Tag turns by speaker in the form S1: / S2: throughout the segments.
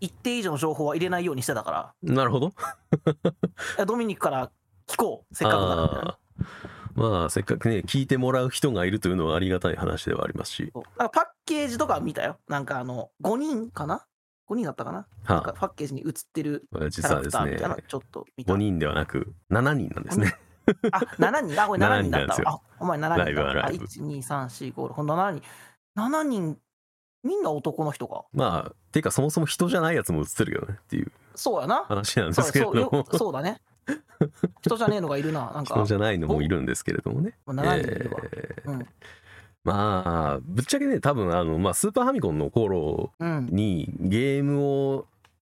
S1: 一定以上の情報は入れないようにしてたから
S2: なるほど。
S1: いやドミニクから聞こうせっかくだからみたいな
S2: あーまあ、せっかくね、聞いてもらう人がいるというのはありがたい話ではありますし。
S1: そうあパッケージとかは見たよなんかあの5人かな5人だったかななんか
S2: は
S1: パッケージに映ってる
S2: あ、
S1: キ
S2: 実
S1: ャラ
S2: は
S1: ク
S2: で
S1: タ
S2: す
S1: ーみ
S2: ね
S1: たいな、のちょっと見た
S2: 5人ではなく、7人なんですね。
S1: あ7人あこれ7人だった
S2: 7人なんです
S1: わあ
S2: よ
S1: お前7人だ
S2: ライブはライブ
S1: あ12345ほんと7人7人みんな男の人か
S2: まあ、ていうか、そもそも人じゃないやつも映ってるよねっていう
S1: そうやな
S2: 話なんで
S1: そう
S2: すけれ
S1: そう
S2: ど
S1: よ
S2: も。
S1: そうだね人じゃねえのがいるななんか
S2: 人じゃないのもいるんですけれどもね。
S1: もう7人いるわ、
S2: えー
S1: うん
S2: まあ、ぶっちゃけね、多分あの、まあ、スーパーファミコンの頃
S1: うん
S2: にゲームを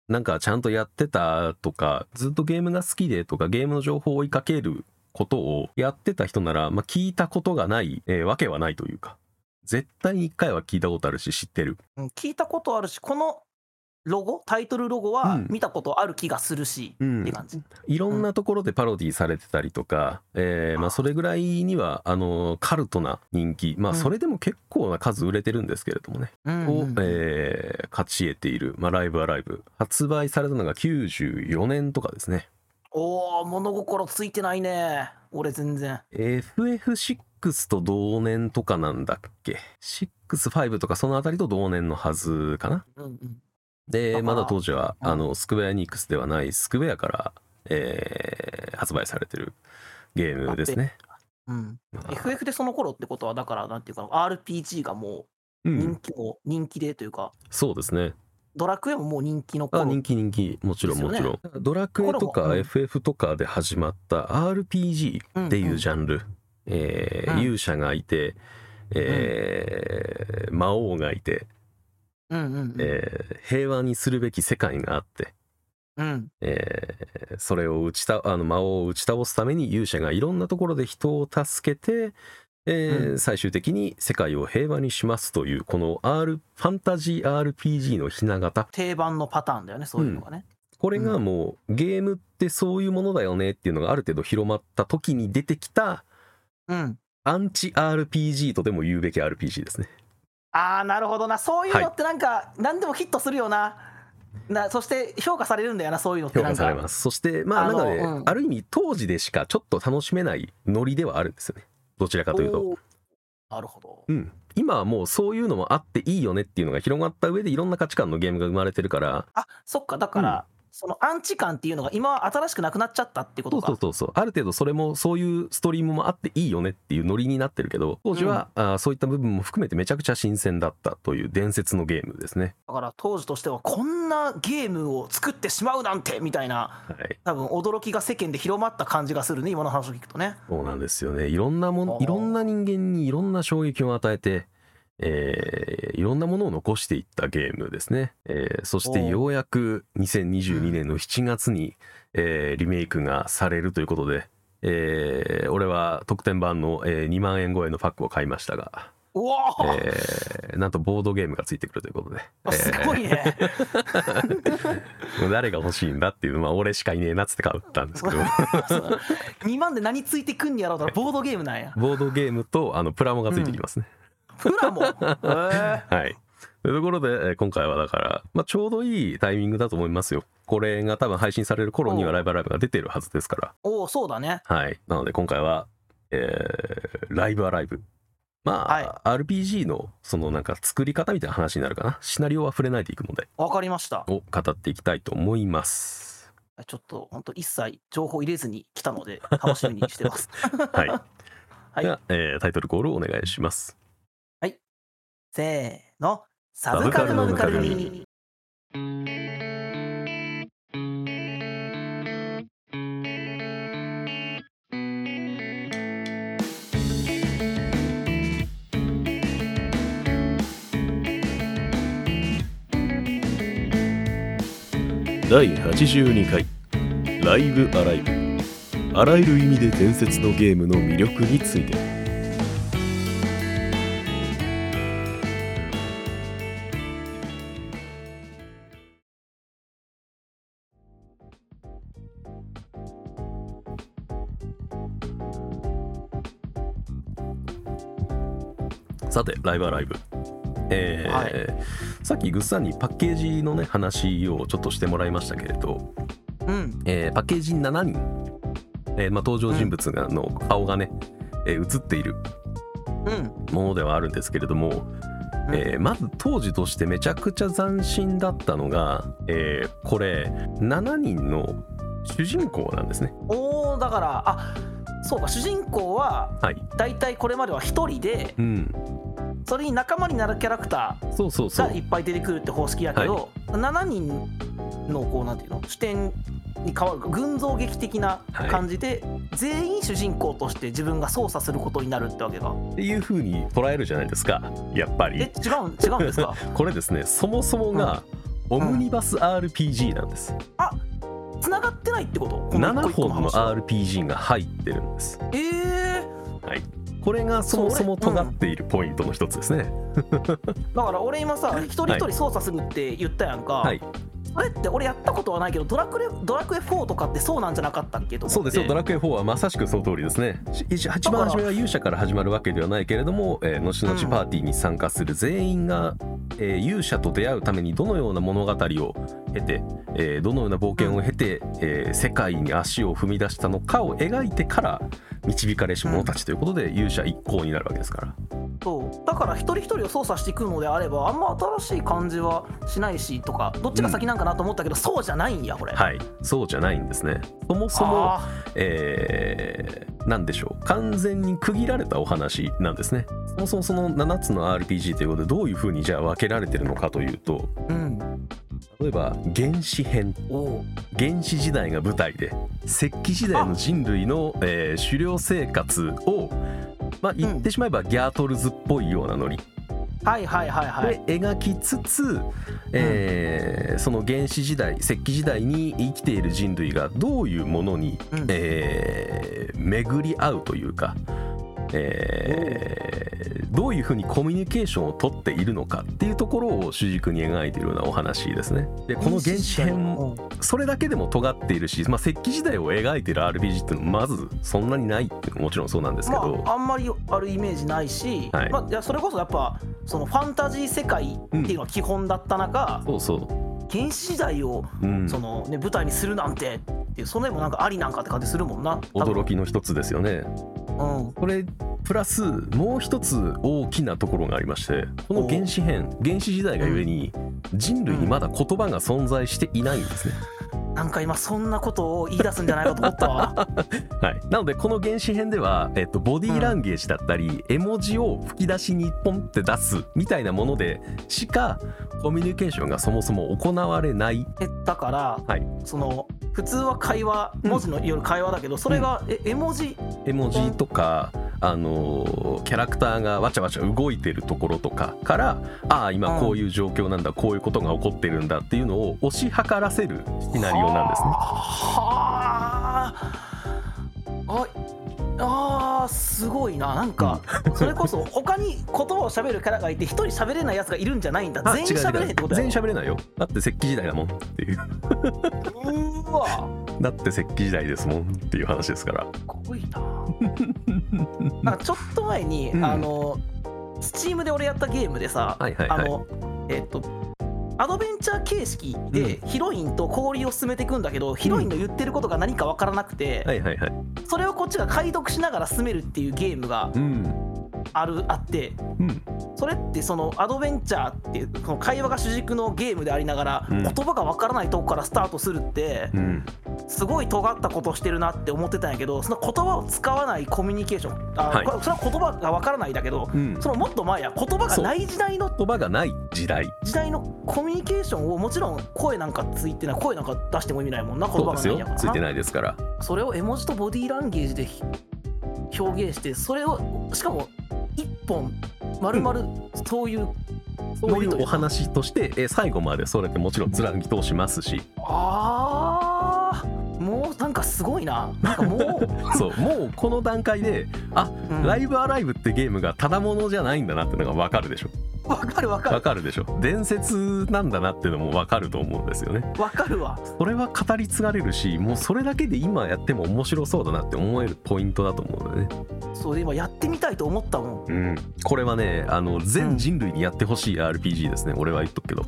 S2: なんかちゃんとやってたとか、ずっとゲームが好きでとか、ゲームの情報を追いかけることをやってた人なら、まあ、聞いたことがない、えーわけはないというか、絶対に一回は聞いたことあるし、知ってる。
S1: うん聞いたことあるしこのロゴタイトルロゴは
S2: うん
S1: 見たことある気がするし、
S2: うん
S1: って感じ
S2: いろんなところでパロディされてたりとか、えーまあ、それぐらいにはあのカルトな人気、ま
S1: う
S2: あ、
S1: ん
S2: それでも結構な数売れてるんですけれどもね、
S1: うん
S2: を
S1: うん、
S2: えー勝ち得ている、まあ、ライブはライブ発売されたのが94年とかですね
S1: おお物心ついてないね俺全然
S2: FF6 と同年とかなんだっけ65とかそのあたりと同年のはずかな
S1: うんうんだか
S2: で
S1: ら
S2: まだ当時は、
S1: うん
S2: あのスクウェアエニックスではないスクウェアから、えー発売されてるゲームですね、
S1: うん、
S2: まあ
S1: FF でその頃ってことはだからなんていうかな RPG がも
S2: う
S1: うん人気も人気でというか、
S2: そうですね
S1: ドラクエももう人気の
S2: あ
S1: 頃
S2: 人気人気もちろ
S1: で
S2: ん
S1: すよ
S2: も
S1: ね
S2: ちろん、ドラクエ
S1: こ
S2: と
S1: れもう
S2: か
S1: ん
S2: FF とかで始まった RPG っていうジャンル、えー
S1: うん
S2: 勇者がいて、えー魔王がいて、
S1: うんうんうん、
S2: えー平和にするべき世界があって、
S1: うん
S2: えーそれを打ちたあの魔王を打ち倒すために勇者がいろんなところで人を助けて、えー
S1: う
S2: 最終的に世界を平和にしますというこの、R、ファンタジー RPG のひな形
S1: 定番のパターンだよねそういうのがね、
S2: これがもう、ゲームってそういうものだよねっていうのがある程度広まった時に出てきた
S1: うん
S2: アンチ RPG とでも言うべき RPG ですね。
S1: ああなるほどなそういう
S2: はい
S1: のってなんか何でもヒットするよななそして評価されるんだよなそういうのって
S2: 評
S1: なん
S2: 価
S1: か
S2: されます。そしてまあ
S1: あ
S2: な
S1: の
S2: ので、
S1: うん
S2: ある意味当時でしかちょっと楽しめないノリではあるんですよね。どちらかというと。
S1: おーなるほど
S2: うん。今はもうそういうのもあっていいよねっていうのが広がった上でいろんな価値観のゲームが生まれてるから
S1: あそっかだから、そのアンチ感っていうのが今は新しくなくなっちゃったってこと
S2: そう
S1: か
S2: そうそうそうある程度それもそういうストリームもあっていいよねっていうノリになってるけど当時は、あーそういった部分も含めてめちゃくちゃ新鮮だったという伝説のゲームですね。
S1: だから当時としてはこんなゲームを作ってしまうなんてみたいな
S2: はい
S1: 多分驚きが世間で広まった感じがするね今の話を聞くとね
S2: そうなんですよね。いろんなも
S1: あ
S2: の、
S1: ー
S2: いろんな人間にいろんな衝撃を与えて、えーいろんなものを残していったゲームですね。えーそして
S1: おー
S2: ようやく2022年の7月に、えーリメイクがされるということで、えー俺は特典版の、えー2万円超えのパックを買いましたが、
S1: うわ
S2: え
S1: ー、
S2: ーなんとボードゲームがついてくるということで、え
S1: す
S2: ー
S1: ごいね、
S2: 誰が欲しいんだっていう、まあ俺しかいねえなっつって買ったんで すけど、
S1: 2万で何ついてくんやろうとボードゲームなんや
S2: ボードゲームとあのプラモがついてきますね。
S1: プラ モへー
S2: はい。というところで、えー今回はだから、まあ、ちょうどいいタイミングだと思いますよ。これが多分配信される頃にはライブライブが出てるはずですか
S1: おおそうだね
S2: ら。はい。なので今回は、えーライブアライブ。まあ、RPG のそのなんか作り方みたいな話になるかな。シナリオは触れないでいくので、
S1: わかりました
S2: を語っていきたいと思います。
S1: ちょっと本当一切情報入れずに来たので楽しみにしてます
S2: はい。
S1: はい
S2: では、えータイトルコールをお願いします。
S1: せーのサブカルのぬかるみ
S3: 第82回ライブアライブあらゆる意味で伝説のゲームの魅力について
S2: さて、ライブアライブ。えー
S1: はい
S2: さっきぐっさんにパッケージのね話をちょっとしてもらいましたけれど、
S1: うん。
S2: えーパッケージ7人、えーまあ、登場人物がの顔がね、えー映っている
S1: うん。
S2: ものではあるんですけれども、
S1: うん
S2: えーまず当時としてめちゃくちゃ斬新だったのが、えーこれ7人の主人公なんですね。
S1: おおだからあそうか主人公は
S2: はい、
S1: 大体これまでは一人で
S2: うん、
S1: それに仲間になるキャラクタ
S2: そうそう
S1: ー
S2: そ
S1: がいうっぱい出てくるって方式やけど、7人のこうなんていうの視点に変わる群像劇的な感じで、全員主人公として自分が操作することになるってわけか。
S2: っていう風に捉えるじゃないですかやっぱ
S1: え
S2: り
S1: 違うん違うん ですか
S2: これですねそもそもがオ
S1: ん
S2: ムニバス RPG なんです、
S1: 繋がってないってことこの
S2: 7
S1: 一個一個
S2: 本の
S1: 話は
S2: RPG が入ってるんです
S1: えー、
S2: これがそもそも
S1: それ
S2: 尖っているポイントの一つですね、
S1: だから俺今さ一人一人操作するって言ったやんか、
S2: はい
S1: それって俺やったことはないけどドラクエドラクエ4とかってそうなんじゃなかったっけと思って
S2: そうですよド
S1: ラ
S2: ラクエ4はまさしくその通りですねし一一番初めは勇者から始まるわけではないけれども、えー後
S1: う
S2: 々
S1: ん
S2: パーティーに参加する全員が、えー勇者と出会うためにどのような物語を経て、えーどのような冒険を経て、えー世界に足を踏み出したのかを描いてから導かれし者たちということで、勇者一行になるわけですから
S1: そうだから一人一人を操作していくのであればあんま新しい感じはしないしとかどっちが先なんかなと思ったけど、そうじゃないんやこれ
S2: はいそうじゃないんですねそもそも
S1: あ
S2: えー、なんでしょう完全に区切られたお話なんですねそもそもその7つの RPG ということでどういうふうにじゃあ分けられてるのかというと
S1: ーうん
S2: 例えば原始編
S1: おお
S2: 原始時代が舞台で石器時代の人類の、えー狩猟生活をまあ言ってしまえばギャートルズっぽいようなノリ
S1: はいはいはいはい
S2: で描きつつ、えーその原始時代石器時代に生きている人類がどういうものに、
S1: うん
S2: えー巡り合うというか、えーどういうふうにコミュニケーションをとっているのかっていうところを主軸に描いているようなお話ですね。でこの原始編
S1: うん
S2: それだけでも尖っているし、まあ、石器時代を描いている RPG っていうのはまずそんなにないっていうのももちろんそうなんですけ
S1: ま
S2: ど。
S1: あ、あんまりあるイメージないし、
S2: はい
S1: まあ、いやそれこそやっぱそのファンタジー世界っていうのは基本だった中、
S2: そうそ
S1: 原始時代を
S2: う、うん、
S1: その、ね、舞台にするなんてっていうその辺もなんかありなんかって感じするもんな多分
S2: 驚きの一つですよね。
S1: うん
S2: これプラスもう一つ大きなところがありましてこの原始編原始時代がゆえに人類にまだ言葉が存在していないんですね、
S1: なんか今そんなことを言い出すんじゃないかと思った わ
S2: はい、なのでこの原始編では、えっと、ボディーランゲージだったり、絵文字を吹き出しにポンって出すみたいなものでしかコミュニケーションがそもそも行われない
S1: えだから、
S2: はい
S1: その普通は会話
S2: うん
S1: 文字のよる会話だけど、それが、え絵文字
S2: 絵文字とか、あのーキャラクターがわちゃわちゃ動いてるところとかからああ今こういう状況なんだ、こういうことが起こってるんだっていうのを推し量らせるシナリオなんですね。
S1: はあああーすごいななんか、それこそ他に言葉を喋るキャラがいて一人喋れないやつがいるんじゃないんだ
S2: あ
S1: 全員喋れないってことだ
S2: 全員
S1: よ
S2: 喋れないよだって石器時代だもんってい
S1: う
S2: う
S1: ーわ
S2: だって石器時代ですもんっていう話ですから
S1: すごいな なんかちょっと前に、
S2: うん
S1: あのスチームで俺やったゲームでさ、
S2: はいはい
S1: あ
S2: はい
S1: のえっ、とアドベンチャー形式でヒロインと交流を進めていくんだけど、ヒロインの言ってることが何か分からなくて、
S2: はいはいはい
S1: それをこっちが解読しながら進めるっていうゲームが
S2: うん
S1: あるあって
S2: うん
S1: それってそのアドベンチャーっていうその会話が主軸のゲームでありながら、
S2: うん
S1: 言葉が分からないとこからスタートするって
S2: うん
S1: すごい尖ったことしてるなって思ってたんやけどその言葉を使わないコミュニケーションあ、
S2: はい
S1: これそれは言葉が分からないだけど
S2: うん
S1: そのもっと前や言葉がない時代の
S2: 言葉がない時代
S1: 時代のコミュニケーションをもちろん声なんかついてない声なんか出しても意味ないもんな言
S2: そう
S1: 葉
S2: で
S1: が
S2: す
S1: ないん
S2: よ
S1: やから
S2: ついて
S1: な
S2: ないですから
S1: それを絵文字とボディーランゲージでひ表現してそれをしかも一本丸々そういう、
S2: そういうお話としてえ最後までそれってもちろん貫き通しますし
S1: あーもうなんかすごいななんかも
S2: そうもうこの段階であ
S1: う、うん
S2: ライブアライブってゲームがただものじゃないんだなってのがわかるでしょ
S1: わかるわか
S2: わ
S1: る
S2: かるでしょ伝説なんだなってのもわかると思うんですよね
S1: わかるわ
S2: それは語り継がれるしもうそれだけで今やっても面白そうだなって思えるポイントだと思うのでね
S1: そうで今やってみたいと思ったもん
S2: うんこれはねあの全人類にやってほしい RPG ですね、俺は言っとくけ ど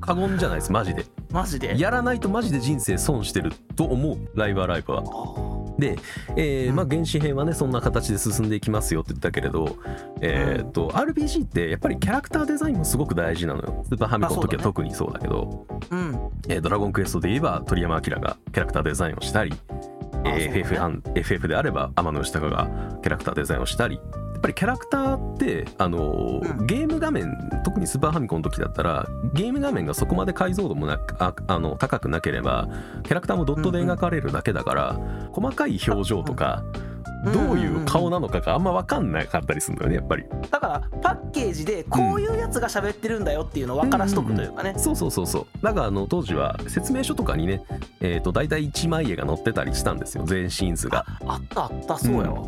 S2: 過言じゃないですマジで
S1: マジで
S2: やらないとマジで人生損してると思うライブアライブは
S1: あー
S2: で、えー
S1: うん
S2: まあ、原始編はねそんな形で進んでいきますよって言ったけれど、えーっと RPG ってやっぱりキャラクターデザインもすごく大事なのよスーパーハミコンの時
S1: あ
S2: は
S1: そう
S2: 特にそうだけど
S1: うん
S2: 「えードラゴンクエスト」で言えば鳥山明がキャラクターデザインをしたり、えー
S1: そうね
S2: FF, アン FF であれば天野義高がキャラクターデザインをしたりやっぱりキャラクターって、あのー
S1: うん
S2: ゲーム画面特にスーパーハミコンの時だったらゲーム画面がそこまで解像度もなくああの高くなければキャラクターもドットで描かれるだけだから、細かい表情とか、
S1: うん
S2: どういう顔なのかがあんま分かんなかったりするんだよねやっぱり。
S1: だからパッケージでこういうやつが喋ってるんだよっていうのを分からしとくというかね、
S2: そうそうそうそうだからあの当時は説明書とかにね、えー、と大体1枚絵が載ってたりしたんですよ全シーン図が
S1: あったあったそうやわ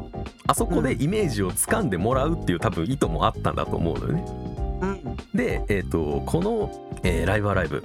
S2: あそこでイメージをつかんでもらうっていう多分意図もあったんだと思うのよね
S1: うん
S2: で、えー、とこの、えーライブアライブ」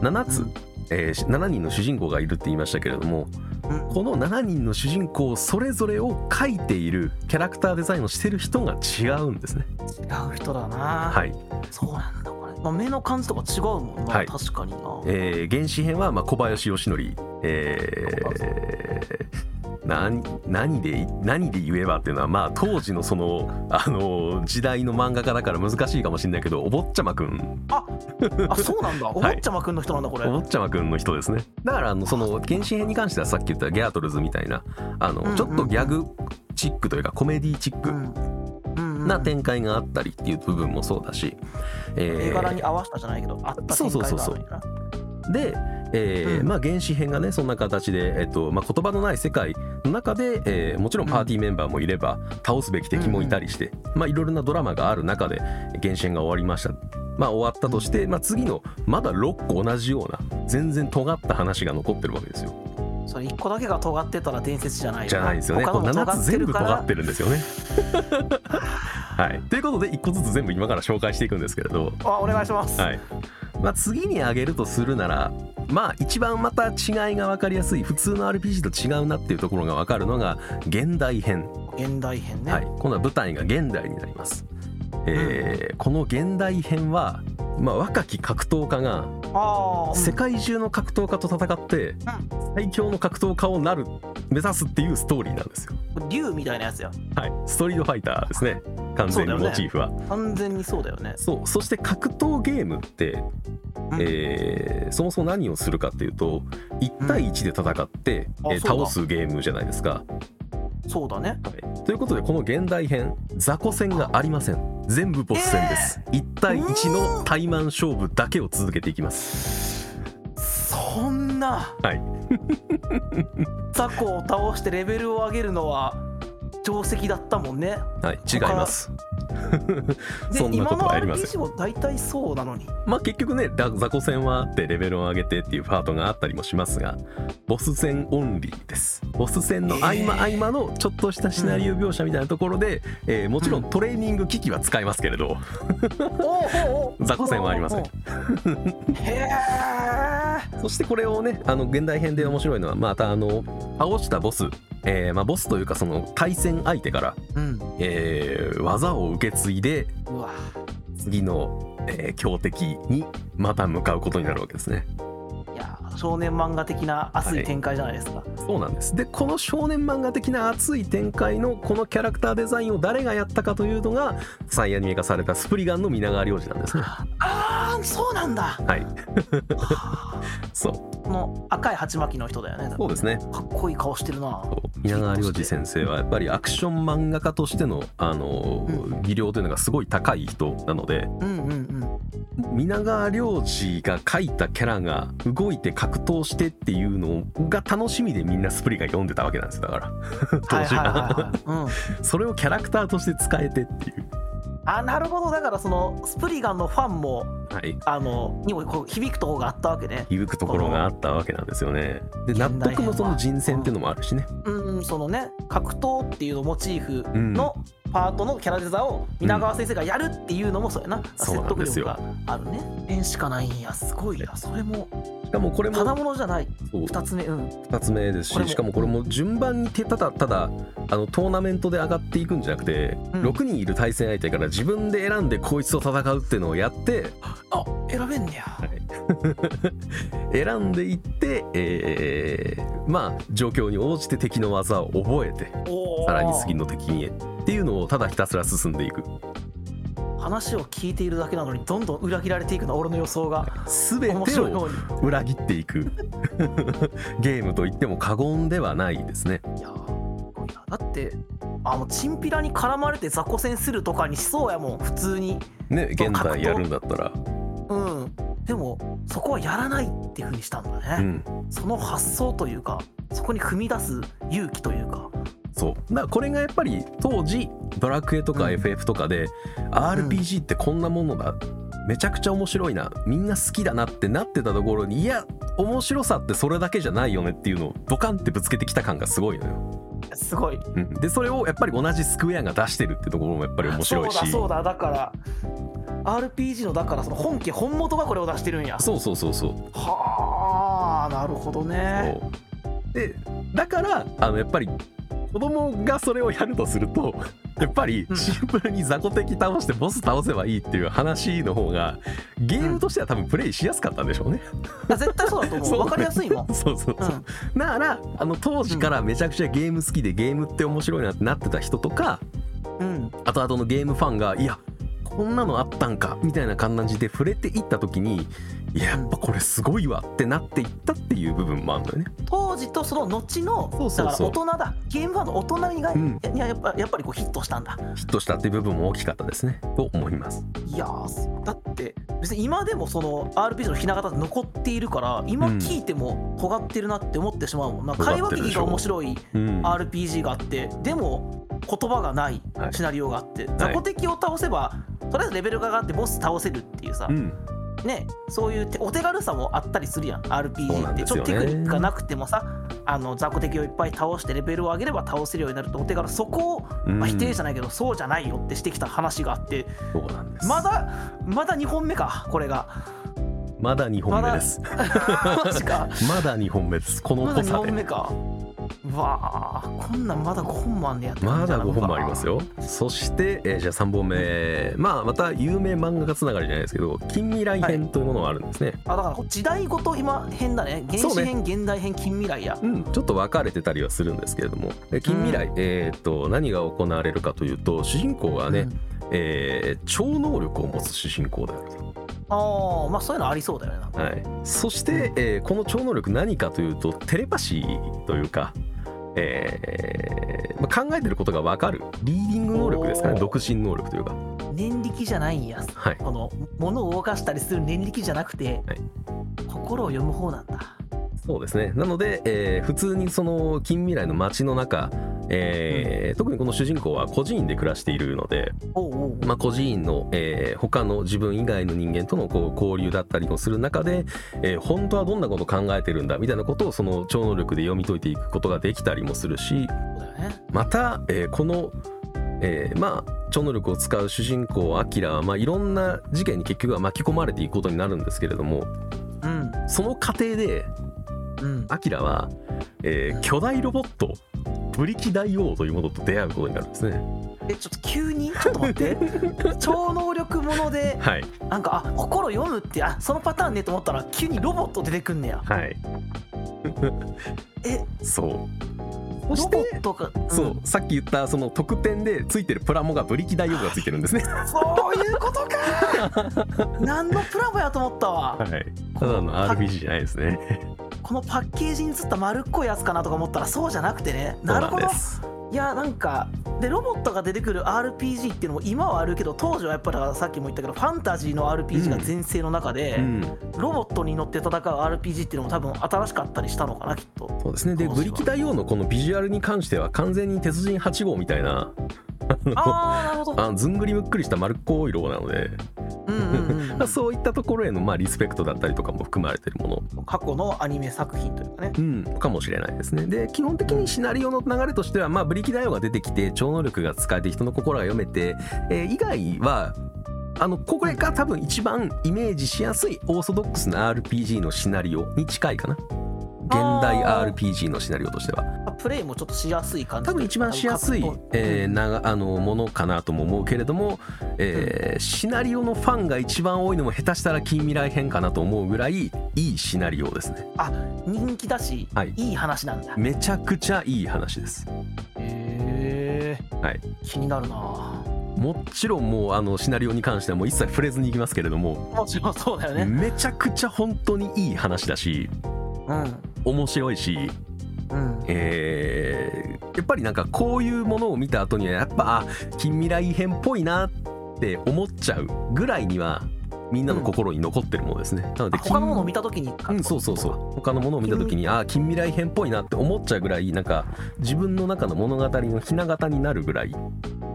S2: 7つ、えー7人の主人公がいるって言いましたけれども
S1: うん
S2: この7人の主人公それぞれを描いているキャラクターデザインをしてる人が違うんですね
S1: 違う人だな、
S2: はい
S1: そうなんだこれ、まあ、目の感じとか違うもんな、
S2: はい
S1: 確かにな
S2: えー原始編はまあ小林義則、え
S1: 小林
S2: ー、何何で何で言えばっていうのはまあ当時のその、あのー時代の漫画家だから難しいかもしれないけどお坊ちゃまくん
S1: ああそうなん だお坊ちゃまくんの人なんだこれ、
S2: お坊ちゃまくんの人ですねだからあのその原始編に関してはさっき言ったギャートルズみたいなあの、
S1: うんうんうん
S2: ちょっとギャグチックというかコメディチッ
S1: う
S2: ク
S1: んうんうん
S2: な展開があったりっていう部分もそうだし、
S1: 絵
S2: えー
S1: 柄に合わせたじゃないけどあった
S2: そう
S1: 展
S2: そ
S1: 開
S2: うそう
S1: が
S2: そ
S1: あ
S2: う
S1: るんやな
S2: で、えー
S1: うん
S2: まあ、原始編がねそんな形で、えっとまあ、言葉のない世界の中で、えーもちろんパーティーメンバーもいれば、倒すべき敵もいたりして、まあ、いろいろなドラマがある中で原始編が終わりました。まあ、終わったとして、まあ、次のまだ6個同じような全然尖った話が残ってるわけですよ
S1: それ一個だけが尖ってたら伝説じゃないよ
S2: じゃないですよね
S1: 他の
S2: こ
S1: も
S2: の7
S1: 尖
S2: つ
S1: って
S2: 全
S1: る
S2: 部
S1: から
S2: 尖ってるんですよね はいということで1個ずつ全部今から紹介していくんですけれど
S1: あお願いします、
S2: はいまあ、次に挙げるとするならまあ一番また違いが分かりやすい普通の RPG と違うなっていうところが分かるのが現代編、
S1: 現代編ね、
S2: はい、今度は舞台が現代になります、えーこの現代編は、まあ、若き格闘家が
S1: ああ
S2: 世界中の格闘家と戦って最強の格闘家をなる目指すっていうストーリーなんですよ
S1: 竜みたいなやつや
S2: はいストリートファイターですね完
S1: そう
S2: 全に
S1: だよね
S2: モチーフは
S1: 完全にそうだよね
S2: そうそして格闘ゲームって
S1: うん
S2: えーそもそも何をするかっていうと1対1で戦って、
S1: うんあ
S2: えー
S1: そうだ
S2: 倒すゲームじゃないですか。
S1: そうだね
S2: ということでこの現代編雑魚戦がありません全部ボス戦です、1対1の対マン勝負だけを続けていきます
S1: そんな
S2: はい
S1: 雑魚を倒してレベルを上げるのは定石だったもんね
S2: はい違います
S1: で
S2: そんなことはやりません
S1: 今の RPG も大体そうなのに
S2: まあ結局ねだ雑魚戦はあってレベルを上げてっていうパートがあったりもしますがボス戦オンリーですボス戦の合間合間のちょっとしたシナリオ描写みたいなところで、えーもちろんトレーニング機器は使いますけれど
S1: おうおうおう
S2: 雑魚戦はありません
S1: おうおう へえ
S2: そしてこれをねあの現代編で面白いのはまたあの倒したボス、えーまあ、ボスというかその対戦相手から、
S1: うん
S2: えー技を受け継いで
S1: うわ
S2: 次の、えー強敵にまた向かうことになるわけですね。
S1: いや少年漫画的な熱い展開じゃないですか、
S2: そうなんですでこの少年漫画的な熱い展開のこのキャラクターデザインを誰がやったかというのが再アニメ化されたスプリガンの皆川亮次なんですね。
S1: ああそうなんだ
S2: はい
S1: はあ
S2: そう
S1: この赤い鉢巻きの人だよね
S2: そうですね
S1: かっこいい顔してるな
S2: 皆川亮次先生はやっぱりアクション漫画家としての、あのー技量というのがすごい高い人なので
S1: うんうんうん
S2: 皆川亮次が描いたキャラが動いて格闘してっていうのが楽しみでみんなスプリが読んでたわけなんですよだから 当
S1: は
S2: 時
S1: い
S2: は
S1: はいはいはい、うん
S2: それをキャラクターとして使えてっていう
S1: あなるほどだからそのスプリガンのファンも
S2: はい
S1: あのにもこう響くとこがあったわけね
S2: 響くところがあったわけなんですよねで
S1: 現
S2: 納
S1: 代編は
S2: 得のその人選っていうのもあるしね
S1: うんそのね格闘っていうのをモチーフのパートのキャラデザを皆川先生がやるっていうのもそうやな、
S2: そう
S1: 説
S2: なん
S1: 得
S2: です
S1: 力
S2: よ
S1: があるね円しかないんやすごいやそれも
S2: しかもこれ
S1: ただ
S2: も
S1: ものじゃない
S2: そう
S1: 2つ目うん
S2: 2つ目です
S1: これ
S2: し
S1: も
S2: しかもこれも順番にてただただあのトーナメントで上がっていくんじゃなくて、
S1: うん
S2: 6人いる対戦相手から自分で選んでこいつと戦うっていうのをやって、
S1: あ選べんねや
S2: 選んでいって、えーまあ状況に応じて敵の技を覚えて
S1: おー
S2: さらに次の敵にへっていうのをただひたすら進んでいく
S1: 話を聞いているだけなのにどんどん裏切られていくの俺の予想が
S2: 全
S1: 面
S2: て
S1: 白いよ
S2: を
S1: うに
S2: 裏切っていく ゲームと言っても過言ではないですね
S1: いやーすごいなだってあもうチンピラに絡まれて雑魚戦するとかにしそうやもん普通に
S2: ね
S1: そう
S2: 現代やるんだったら
S1: うんでもそこはやらないっていうふうにしたんだね、
S2: うん
S1: その発想というかそこに踏み出す勇気というか
S2: そうだからこれがやっぱり当時ドラクエと
S1: う
S2: か
S1: ん
S2: FF とかで、RPG ってこんなものだめちゃくちゃ面白いなみんな好きだなってなってたところにいや面白さってそれだけじゃないよねっていうのをドカンってぶつけてきた感がすごいのよ、
S1: すごい
S2: うんでそれをやっぱり同じスクエアが出してるってところもやっぱり面白いし
S1: そうだそうだだから RPG のだからその本家本元がこれを出してるんや
S2: そうそうそうそう
S1: はあなるほどね
S2: そうでだからあのやっぱり子供がそれをやるとすると やっぱり
S1: うん
S2: シンプルに雑魚敵倒してボス倒せばいいっていう話の方がゲームとしては多分プレイしやすかったんでしょうね。
S1: いや絶対そうだと思
S2: そう
S1: う分かりやすいもん
S2: そうそ
S1: う
S2: うそう。
S1: ん
S2: だからあの当時からめちゃくちゃゲーム好きでゲームって面白いなってなってた人とか
S1: うん
S2: 後々のゲームファンがいやこんなのあったんかみたいな感じで触れていった時にいややっぱこれすごいわってなっていったっていう部分もあるんだよね。
S1: 当時とその後の
S2: そうそうそう
S1: だから大人だゲームファンの大人にが、
S2: うん
S1: いややっぱやっぱりこうヒットしたんだ
S2: ヒットしたっていう部分も大きかったですねと思います
S1: いやーだって別に今でもその RPG のひな形残っているから今
S2: うん
S1: 聞いても尖ってるなって思ってしまうもんな、
S2: 尖って
S1: 会
S2: る
S1: 話
S2: で
S1: 劇
S2: しょ
S1: が面白い
S2: うん、
S1: RPG があってでも言葉がない
S2: はい
S1: シナリオがあって、雑魚敵を倒せばとりあえずレベルが上がってボス倒せるっていうさ、
S2: うん、
S1: ねそういう手お手軽さもあったりするやん
S2: そうな
S1: RPG
S2: ん
S1: って、
S2: です
S1: ちょ
S2: よ
S1: っと
S2: ね
S1: テクニックがなくてもさあの雑魚敵をいっぱい倒してレベルを上げれば倒せるようになるとお手軽そこを、まあ、否定じゃないけど、そうじゃないよってしてきた話があって
S2: そうなんです
S1: まだまだ2本目かこれ が
S2: まだ2本目です
S1: マジか
S2: まだ2本目ですこの
S1: まだ
S2: 濃
S1: 2
S2: さ
S1: 本
S2: で
S1: 目かうわあこんなんまだ5本もあんねやって感
S2: ま
S1: じや
S2: だ
S1: な
S2: 5本もありますよそして、えーじゃあ3本目まあまた有名漫画家つながりじゃないですけど近未来編というものがあるんですね、
S1: あだからこう時代ごと今変だね原
S2: そう
S1: 始
S2: ね
S1: 編、現代編近未来や
S2: うん、ちょっと分かれてたりはするんですけれどもで近未来、えーっと何が行われるかというと主人公はね、
S1: うん
S2: えー超能力を持つ主人公であると
S1: ああまあそういうのありそうだよねなんか
S2: はい、そして、えーこの超能力何かというとテレパシーというか、えーまあ考えてることが分かるリーディング能力ですかね
S1: おー
S2: 独身能力というか、
S1: 念力じゃないんや
S2: はい、
S1: この物を動かしたりする念力じゃなくて、
S2: はい
S1: 心を読む方なんだ
S2: そうですねなので、えー普通にその近未来の街の中、えー特にこの主人公は孤児院で暮らしているので、
S1: おうおう
S2: まあ、孤児院の、えー他の自分以外の人間とのこう交流だったりもする中で、えー本当はどんなことを考えてるんだみたいなことをその超能力で読み解いていくことができたりもするし、
S1: そうだよね
S2: また、えーこの、えーまあ超能力を使う主人公アキラは、まあ、いろんな事件に結局は巻き込まれていくことになるんですけれども
S1: うん
S2: その過程で
S1: うん
S2: アキラは、えー巨大ロボットブリキ大王というものと出会うことになるんですね。
S1: えちょっと急にちょっと待って 超能力もので
S2: はい、
S1: なんかあ心読むってあそのパターンねと思ったら急にロボット出てくんねや
S2: はい、
S1: え
S2: そうそ
S1: ロ
S2: し
S1: ボ
S2: て
S1: ットか、ん
S2: そうさっき言ったその特典でついてるプラモがブリキ大王がついてるんですね。
S1: そういうことか 何のプラモやと思ったわ、
S2: はい、ただの RPG じゃないですね。
S1: このパッケージにつった丸っこいやつかなとか思ったらそうじゃなくてねなるほ
S2: そう
S1: ど
S2: んです
S1: いやなんかでロボットが出てくる RPG っていうのも今はあるけど当時はやっぱりだからさっきも言ったけどファンタジーの RPG が全盛の中で、
S2: うん
S1: ロボットに乗って戦う RPG っていうのも多分新しかったりしたのかな きっと
S2: そうですねで
S1: 当
S2: ブ
S1: 時
S2: リ
S1: は
S2: キ大王のこのビジュアルに関しては完全に鉄人8号みたいな
S1: ああなるほど
S2: あのずんぐりむっくりした丸っこいロゴなので
S1: うんうんうんうん
S2: まあ、そういったところへのまあリスペクトだったりとかも含まれてるもの
S1: 過去のアニメ作品というかね
S2: うん、かもしれないですね。で基本的にシナリオの流れとしては、まあ、ブリキダイオが出てきて超能力が使えて人の心が読めて、えー以外はあのこれが多分一番イメージしやすいオーソドックスな RPG のシナリオに近いかな。現代
S1: あ
S2: RPG のシナリオとしては
S1: プレイもちょっとしやすい感じ
S2: 多分一番しやすい
S1: あの格闘、
S2: えーなあのものかなとも思うけれども、えーシナリオのファンが一番多いのも下手したら近未来編かなと思うぐらいいいシナリオですね
S1: 人気だし、
S2: はい
S1: い、い話なんだ
S2: めちゃくちゃいい話です
S1: へえ、
S2: はい、
S1: 気になるな
S2: もちろんもうあのシナリオに関してはもう一切触れずにいきますけれども、
S1: もちろんそうだよね
S2: めちゃくちゃ本当にいい話だし
S1: うん
S2: 面白いし、
S1: うん
S2: えーやっぱりなんかこういうものを見た後にはやっぱあ近未来編っぽいなって思っちゃうぐらいにはみんなの心に残ってるものですね。なので
S1: あ他のものを見
S2: た
S1: た時に
S2: うん、そうそうそう他のものを見た時にああ近未来編っぽいなって思っちゃうぐらいなんか自分の中の物語のひな形になるぐらい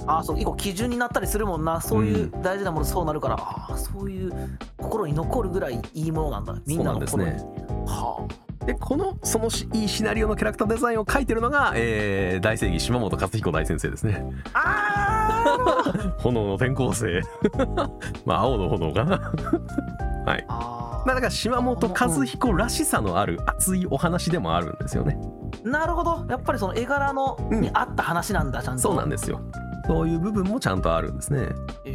S1: あそう一個基準になったりするもんなそういう大事なものそうなるから、あそういう心に残るぐらいいいものなんだみんなの
S2: そう
S1: 心
S2: なん
S1: に
S2: です
S1: は
S2: でこのそのしいいシナリオのキャラクターデザインを書いてるのが、えー大正義島本勝彦大先生ですね
S1: ああー
S2: 炎の転校生 まあ青の炎かなはい
S1: あ
S2: まあだから島本和彦らしさのある熱いお話でもあるんですよね
S1: ーなるほどやっぱりその絵柄の
S2: うん
S1: に合った話なんだちゃんと
S2: そうなんですよそういう部分もちゃんとあるんですね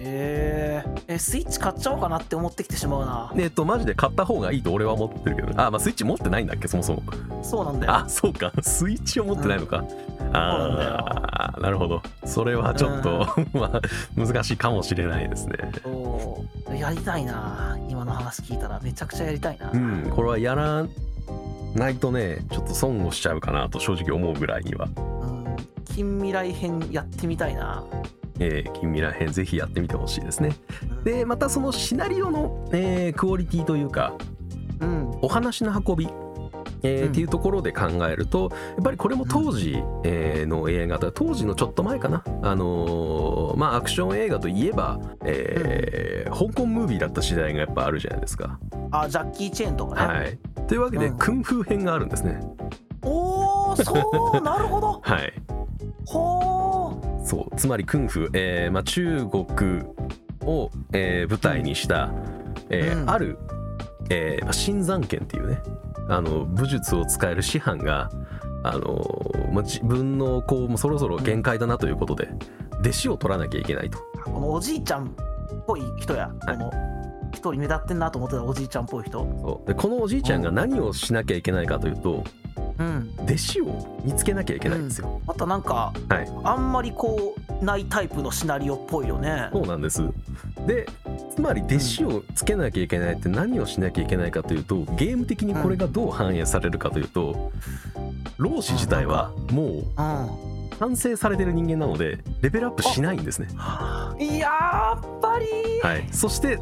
S1: えー、えスイッチ買っちゃおうかなって思ってきてしまうな
S2: でえっとマジで買った方がいいと俺は思ってるけどねあまあスイッチ持ってないんだっけそもそも
S1: そうなんだよ
S2: あそうか スイッチを持ってないのか、
S1: そうなんだよ
S2: ああなるほどそれはちょっと、 まあ難しいかもしれないですね
S1: そうやりたいな今の話聞いたらめちゃくちゃやりたいな、
S2: うん、これはやらないとねちょっと損をしちゃうかなと正直思うぐらいには、
S1: うん近未来編やってみたいな、
S2: えー、近未来編ぜひやってみてほしいですね
S1: うん、
S2: でまたそのシナリオの、えークオリティというか
S1: うん
S2: お話の運びえ
S1: う
S2: ー
S1: ん
S2: っていうところで考えるとやっぱりこれも当時、えーの映画と当時のちょっと前かなあのーまあアクション映画といえば、えー香港ムービーだった時代がやっぱあるじゃないですか。
S1: あジャッキー・チェーンとかね、
S2: はい、というわけで、
S1: うん
S2: クンフー編があるんですね。
S1: おお そうなるほど
S2: はい
S1: ほー
S2: そうつまりクンフー、えーまあ、中国を、えー舞台にした、えー
S1: うん
S2: ある、えーまあ、新山剣っていうねあの武術を使える師範が、あのーまあ、自分のこうもうそろそろ限界だなということで弟子を取らなきゃいけないと。
S1: このおじいちゃんっぽい人や、この一人目立ってんなと思ってたおじいちゃんっぽい人
S2: そうでこのおじいちゃんが何をしなきゃいけないかというと
S1: うん
S2: 弟子を見つけなきゃいけないんですよ。
S1: またなんか、
S2: はい
S1: あんまりこうないタイプのシナリオっぽいよね
S2: そうなんですでつまり弟子をつけなきゃいけないって何をしなきゃいけないかというとゲーム的にこれがどう反映されるかというと老子自体はもう
S1: うん
S2: 完成されてる人間なのでレベルアップしないんですね、
S1: やっぱり
S2: はい、そして、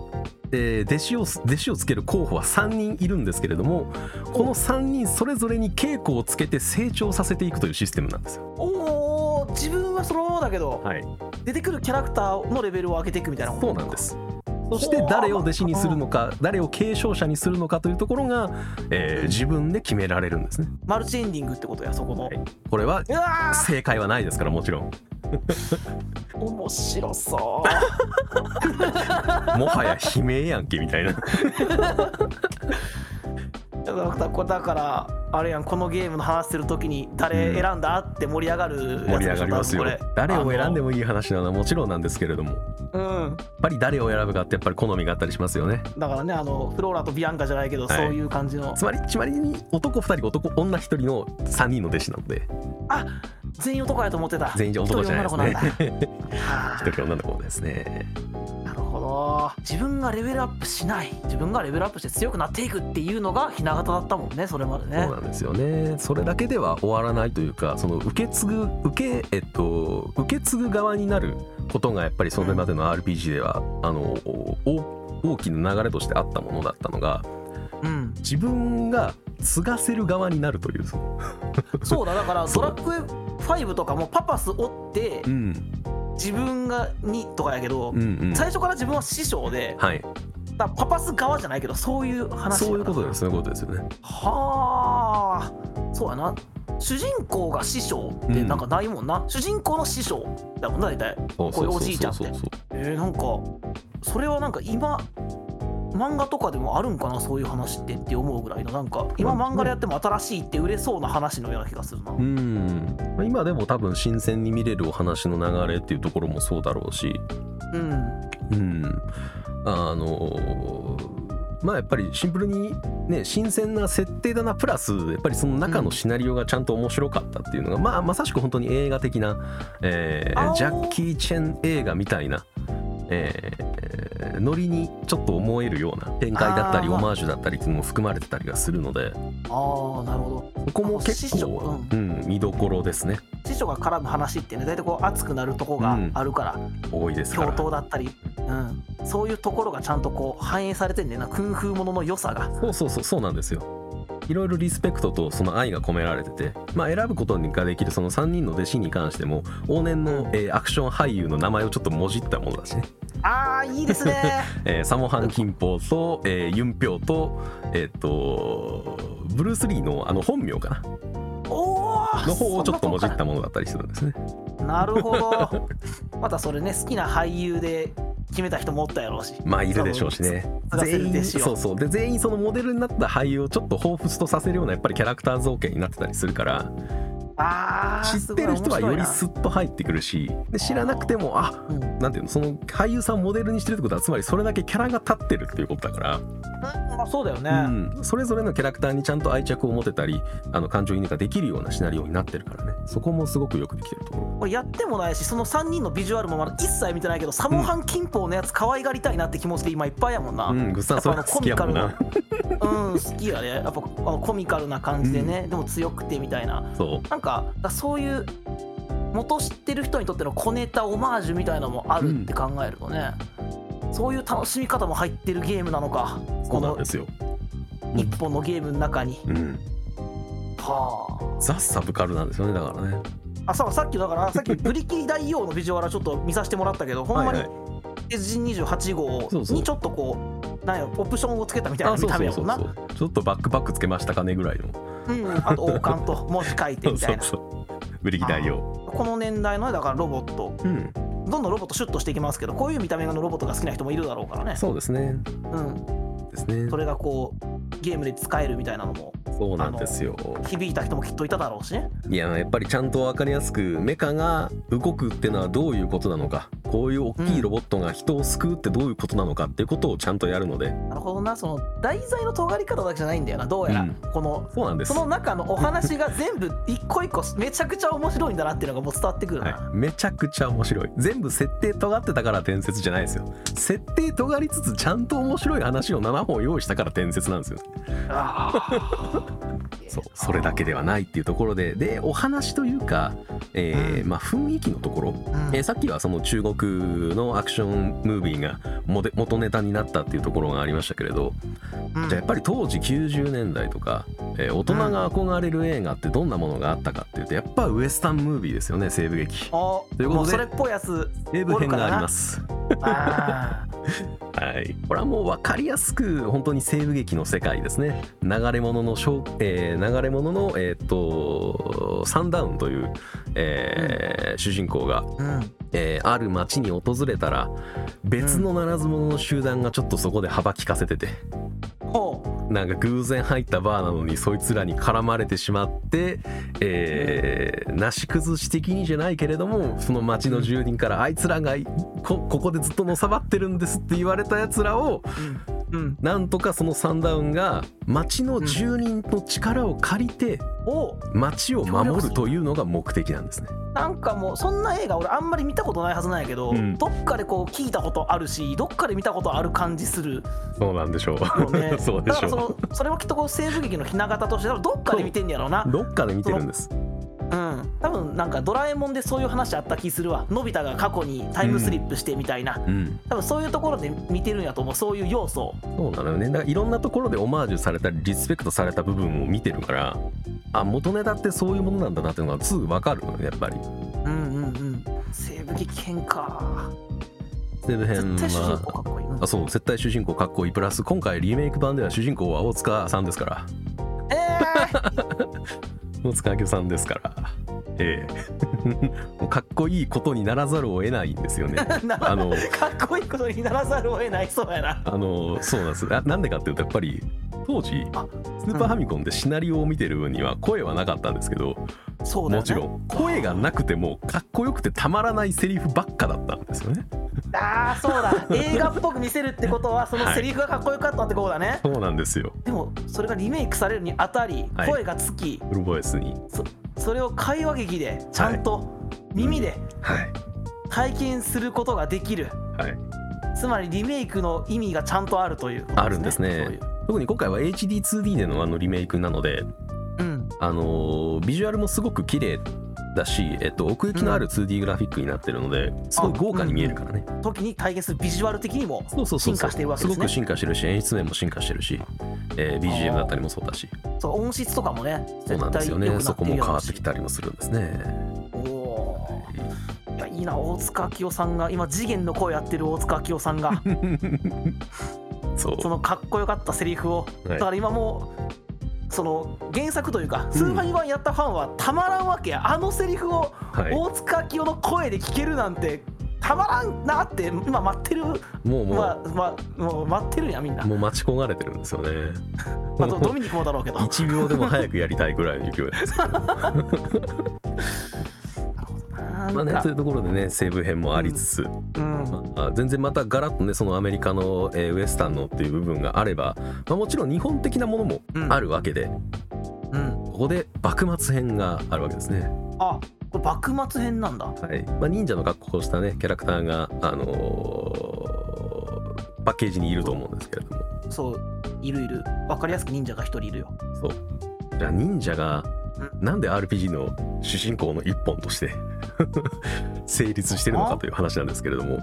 S2: えー弟子を弟子をつける候補は3人いるんですけれどもこの3人それぞれに稽古をつけて成長させていくというシステムなんですよ。
S1: おお自分はそのままだけど、
S2: はい、
S1: 出てくるキャラクターのレベルを上げていくみたいなこと
S2: そうなんです。そして誰を弟子にするのか誰を継承者にするのかというところが、えー自分で決められるんですね。
S1: マルチエンディングってことやそこの、
S2: はいこれは
S1: うわー
S2: 正解はないですからもちろん
S1: 面白そう
S2: もはや悲鳴やんけみた いな
S1: だからこれだからあれやんこのゲームの話するときに誰選んだって盛り上がる
S2: 盛り上がりますよ
S1: やつでしょ
S2: 誰を選んで
S1: も
S2: もいい話なのはもちろんなんですけれどもやっ
S1: うん
S2: ぱり誰を選ぶかってやっぱり好みがあったりしますよね
S1: だからねあのフローラとビアンカじゃないけど、
S2: はい
S1: そういう感じの
S2: つまりちまりに男2人男女1人の3人の弟子なので
S1: あ全員男やと思ってた
S2: 全員男じゃないですね
S1: 一人女の 子なんだは
S2: 1人女の子ですね
S1: あなるほど自分がレベルアップしない自分がレベルアップして強くなっていくっていうのが雛形だったもんねそれまでね
S2: そうなんですよねそれだけでは終わらないというかその受け継ぐ受けえっと受け継ぐ側になることがやっぱりそれまでの RPG では、あのお大きな流れとしてあったものだったのが
S1: うん
S2: 自分が継がせる側になるというその
S1: そうだだから
S2: そ
S1: ド
S2: う
S1: ラッグ5とかもパパス追って
S2: ん
S1: 自分がにとかやけど、
S2: うんうん
S1: 最初から自分は師匠で
S2: はい
S1: だからパパス側じゃないけどそういう話やな
S2: そういうことですそういうことですよね
S1: はあそうやな主人公が師匠ってなんかないもんな、主人公の師匠だもんな大体
S2: そう
S1: こう
S2: そ
S1: いう
S2: う
S1: お
S2: そう
S1: じいちゃんって
S2: そうそう
S1: えー、なんかそれはなんか今漫画とかでもあるんかなそういう話ってって思うぐらいのなんか今漫画でやっても新しいって売れそうな話のような気がするな、
S2: うんまあ今でも多分新鮮に見れるお話の流れっていうところもそうだろうし
S1: うん、
S2: うん、あのまあやっぱりシンプルにね新鮮な設定だなプラスやっぱりその中のシナリオがちゃんと面白かったっていうのが、まあまさしく本当に映画的な、えー
S1: あー
S2: ジャッキー・チェン映画みたいな。えーノリにちょっと思えるような展開だったり
S1: あー
S2: オマージュだったりっていうのも含まれてたりがするの
S1: ああな
S2: で
S1: るほど
S2: そこも結
S1: 師匠
S2: 構、うん、見どころですね
S1: 師匠が絡む話ってね大体こう熱くなるとこがあるから、
S2: 多いですか
S1: 共
S2: ら
S1: 闘だったり、うん、そういうところがちゃんとこう反映されてんねんな空風ものの良さが
S2: そうそうそうそうなんですよいろいろリスペクトとその愛が込められてて、まあ、選ぶことができるその3人の弟子に関しても往年の、えーアクション俳優の名前をちょっともじったものだしね、
S1: あーいいですね
S2: えーサモハン・キンポーと、えーユンピョウとえーっ、とブルース・リーのあの本名かな
S1: おお
S2: の方をちょっともじったものだったりするんですね
S1: なるほど またそれね好きな俳優で決めた人もおったやろうし
S2: まあいるでしょうしね
S1: 多分
S2: 全
S1: ずらせるで
S2: 員
S1: しょう
S2: そうそうで全員そのモデルになった俳優をちょっと彷彿とさせるようなやっぱりキャラクター造形になってたりするから
S1: あー
S2: 知ってる人はよりス
S1: す
S2: ッと入ってくるしで知らなくてもあ
S1: ごい面白いな
S2: なんていうのその俳優さんをモデルにしてるってことはつまりそれだけキャラが立ってるっていうことだか
S1: うんうんまあ、そうだよね、
S2: ら、うん、それぞれのキャラクターにちゃんと愛着を持てたりあの感情移入ができるようなシナリオになってるからねそこもすごくよくできてるところ
S1: これやってもないしその3人のビジュアルもまだ一切見てないけどサモハンキンポーのやつ可愛がりたいなって気持ちで今いっぱいやもんな、
S2: うんグッさんそれが好きやもん
S1: やっ
S2: な
S1: うん、好きやね。やっぱあのコミカルな感じでね、でも強くてみたいな。
S2: そ
S1: なんか、だそういう元知ってる人にとっての小ネタ、オマージュみたいなのもあるって考えるとね、そういう楽しみ方も入ってるゲームなのか、
S2: うそ
S1: こ
S2: うな
S1: の
S2: んですよ、うん
S1: 一本のゲームの中に。
S2: うん、
S1: は
S2: ザ・サブカルなんですよねだからね
S1: あ。あ、そうさっきだから、さっきブリキ大王のビジュアルはちょっと見させてもらったけど、ほんま
S2: は
S1: に
S2: いはい
S1: SG28 号
S2: そうそう
S1: にちょっとこう、なんや、オプションをつけたみたい
S2: あ
S1: な
S2: そ
S1: 見
S2: う
S1: た
S2: そ
S1: 目や
S2: う
S1: も
S2: そ
S1: んな。
S2: うそうちょっとバックパックつけましたかねぐらいの
S1: うん、あ と王冠と文字書いてみたいな。
S2: そうそう ブリキ大王
S1: この年代のねだからロボット
S2: うん
S1: どんどんロボットシュッとしていきますけどこういう見た目のロボットが好きな人もいるだろうからね
S2: そうですね
S1: うん、
S2: ですね
S1: それがこうゲームで使えるみたいなのも
S2: そうなんですよ
S1: 響いた人もきっといただろうしね
S2: いややっぱりちゃんと分かりやすくメカが動くってのはどういうことなのかこういう大きいロボットが人を救うってどういうことなのかっていうことをちゃんとやるので、
S1: なるほどなその題材の尖り方だけじゃないんだよなどうやら、
S2: うん
S1: この
S2: そうなんです
S1: その中のお話が全部一個一個めちゃくちゃ面白いんだなっていうのがもう伝わってくるな、
S2: はい、めちゃくちゃ面白い全部設定尖ってたから伝説じゃないですよ設定尖りつつちゃんと面白い話を7本用意したから伝説なんですよ
S1: あー
S2: そうそれだけではないっていうところででお話というか、えー
S1: うん
S2: まあ、雰囲気のところ
S1: うん
S2: えーさっきはその中国のアクションムービーがモデ元ネタになったっていうところがありましたけれど
S1: うん
S2: じゃあやっぱり当時90年代とか、えー大人が憧れる映画ってどんなものがあったかっていうとやっぱウエスタンムービーですよね西部劇
S1: あ
S2: ということで
S1: もうそれっぽいやつ
S2: 西部編があります
S1: あー
S2: はいこれはもう分かりやすく本当に西部劇の世界ですね流れ物のショー、えー流れ物のえーっとサンダウンという、えー主人公が
S1: うん
S2: えーある町に訪れたら別のならず者の集団がちょっとそこで幅利かせてて、
S1: ほう
S2: なんか偶然入ったバーなのにそいつらに絡まれてしまって、えーなし崩し的にじゃないけれどもその町の住人から「あいつらがこここでずっとのさばってるんです」って言われたやつらを
S1: うんうん
S2: なんとかそのサンダウンが町の住人の力を借りて
S1: お
S2: 町を守るというのが目的なんですね。
S1: なんかもうそんな映画俺あんまり見たことないはずなんやけど、
S2: うん
S1: どっかでこう聞いたことあるしどっかで見たことある感じする
S2: そうなんでしょう。
S1: よね
S2: そうで
S1: だか
S2: しょ
S1: らそ
S2: う
S1: のそれはきっとこう西部劇のひな形として多分どっかで見てんやろうな
S2: どっかで見てるんです。
S1: うん多分なんか「ドラえもん」でそういう話あった気するわのび太が過去にタイムスリップしてみたいな、
S2: うん
S1: 多分そういうところで見てるんやと思うそういう要素
S2: そうなのよねだからいろんなところでオマージュされたりリスペクトされた部分を見てるからあ元ネタってそういうものなんだなっていうのがすぐ分かるのねやっぱり
S1: うんうんうん西部劇編か
S2: 西部編
S1: 絶対主人公
S2: は
S1: かっこいい、うん
S2: あそう絶対主人公かっこいいプラス今回リメイク版では主人公は大塚さんですから
S1: えー、
S2: 大塚明夫さんですからええ もうかっこいいことにならざるを得ないんですよね
S1: な
S2: あの
S1: かっこいいことにならざるを得ないそうやな
S2: あのそうなんですあなんでかっていうとやっぱり当時
S1: あ
S2: スーパーファミコンでシナリオを見てる分には声はなかったんですけど、
S1: そうだよね
S2: もちろん声がなくてもかっこよくてたまらないセリフばっかだったんですよね
S1: ああそうだ映画っぽく見せるってことはそのセリフがかっこよかったってことだね、
S2: そうなんですよ
S1: でもそれがリメイクされるにあたり
S2: はい
S1: 声がつき、
S2: フルボイスに
S1: それを会話劇でちゃんと耳で
S2: はい
S1: 体験することができる、
S2: はい
S1: つまりリメイクの意味がちゃんとあるということ
S2: あるんですね
S1: そういう
S2: 特に今回は HD2D でのあのリメイクなので
S1: うん
S2: あのービジュアルもすごく綺麗だし、えっと、奥行きのある 2D グラフィックになってるので、すごい豪華に見えるからね、
S1: 時に体験するビジュアル的にも
S2: そうそうそうそう
S1: 進化してるわけ
S2: す
S1: です
S2: ご
S1: ね
S2: く進化してるし演出面も進化してるし、えー BGM だったりもそうだし
S1: そう音質とかもね
S2: そうな
S1: 絶
S2: んで
S1: 対
S2: す
S1: 良くな
S2: よ
S1: ってる
S2: ねそこも変わってき
S1: た
S2: たりもするんです ね
S1: おおーいやいいな大塚明夫さんが今次元の声やってる大塚明夫さん が
S2: そう
S1: そのかっこよかったセリフを、
S2: はい
S1: だから今もうその原作というか、
S2: ん
S1: スーパーイワンやったファンはたまらんわけやあのセリフを
S2: はい
S1: 大塚明夫の声で聞けるなんてたまらんなって今待ってる
S2: もうもう、
S1: まあまあもう待ってるんやみんな、
S2: もう待ち焦がれてるんですよね
S1: まあ、ドドミニクもだろうけど
S2: 1秒でも早くやりたいぐらいの勢い ですけど まあね
S1: なん
S2: と
S1: か
S2: いうところでね西部編もありつつ、
S1: うん
S2: まあ、全然またガラッとねそのアメリカの、えーウエスタンのっていう部分があれば、まあ、もちろん日本的なものも
S1: うん
S2: あるわけで、
S1: うん
S2: ここで幕末編があるわけですね、
S1: あこれ幕末編なんだ
S2: はいまあ、忍者の格好をしたねキャラクターが、あのーパッケージにいると思うんですけれども
S1: そういるいるわかりやすく忍者が一人いるよ
S2: そうじゃあ忍者がなんで RPG の主人公の一本として 成立してるのかという話なんですけれども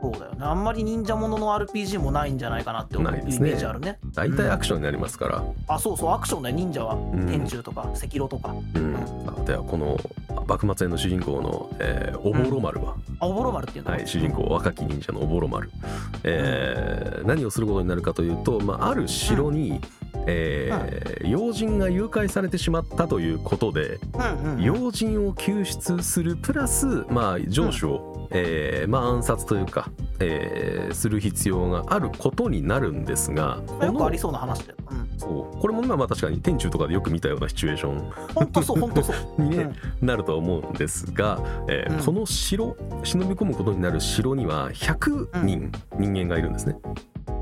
S1: そうだよねあんまり忍者ものの RPG もないんじゃないかなって思う
S2: ない
S1: イ
S2: ですね
S1: メージあるね
S2: 大体アクションになりますから、
S1: あそうそうアクションだよ忍者は
S2: ん
S1: 天柱とか赤狼とか
S2: うんではこの幕末編の主人公の、えーおぼろ丸は、
S1: あおぼろ丸っていうの
S2: はい、主人公若き忍者のおぼろ丸、えー何をすることになるかというと、まあ、ある城に、えー要人が誘拐されてしまったということで
S1: うんうん
S2: 要人を救出するプラス、まあ、上司を、えーまあ、暗殺というか、えーする必要があることになるんですがこ
S1: よくあ
S2: の
S1: りそうな話だようん
S2: そうこれもまあまあ確かに天中とかでよく見たようなシチュエーション
S1: ほんとそうほんとそう
S2: に、 ねなるとは思うんですが、えー
S1: うん
S2: この城忍び込むことになる城には100人人間がいるんですね。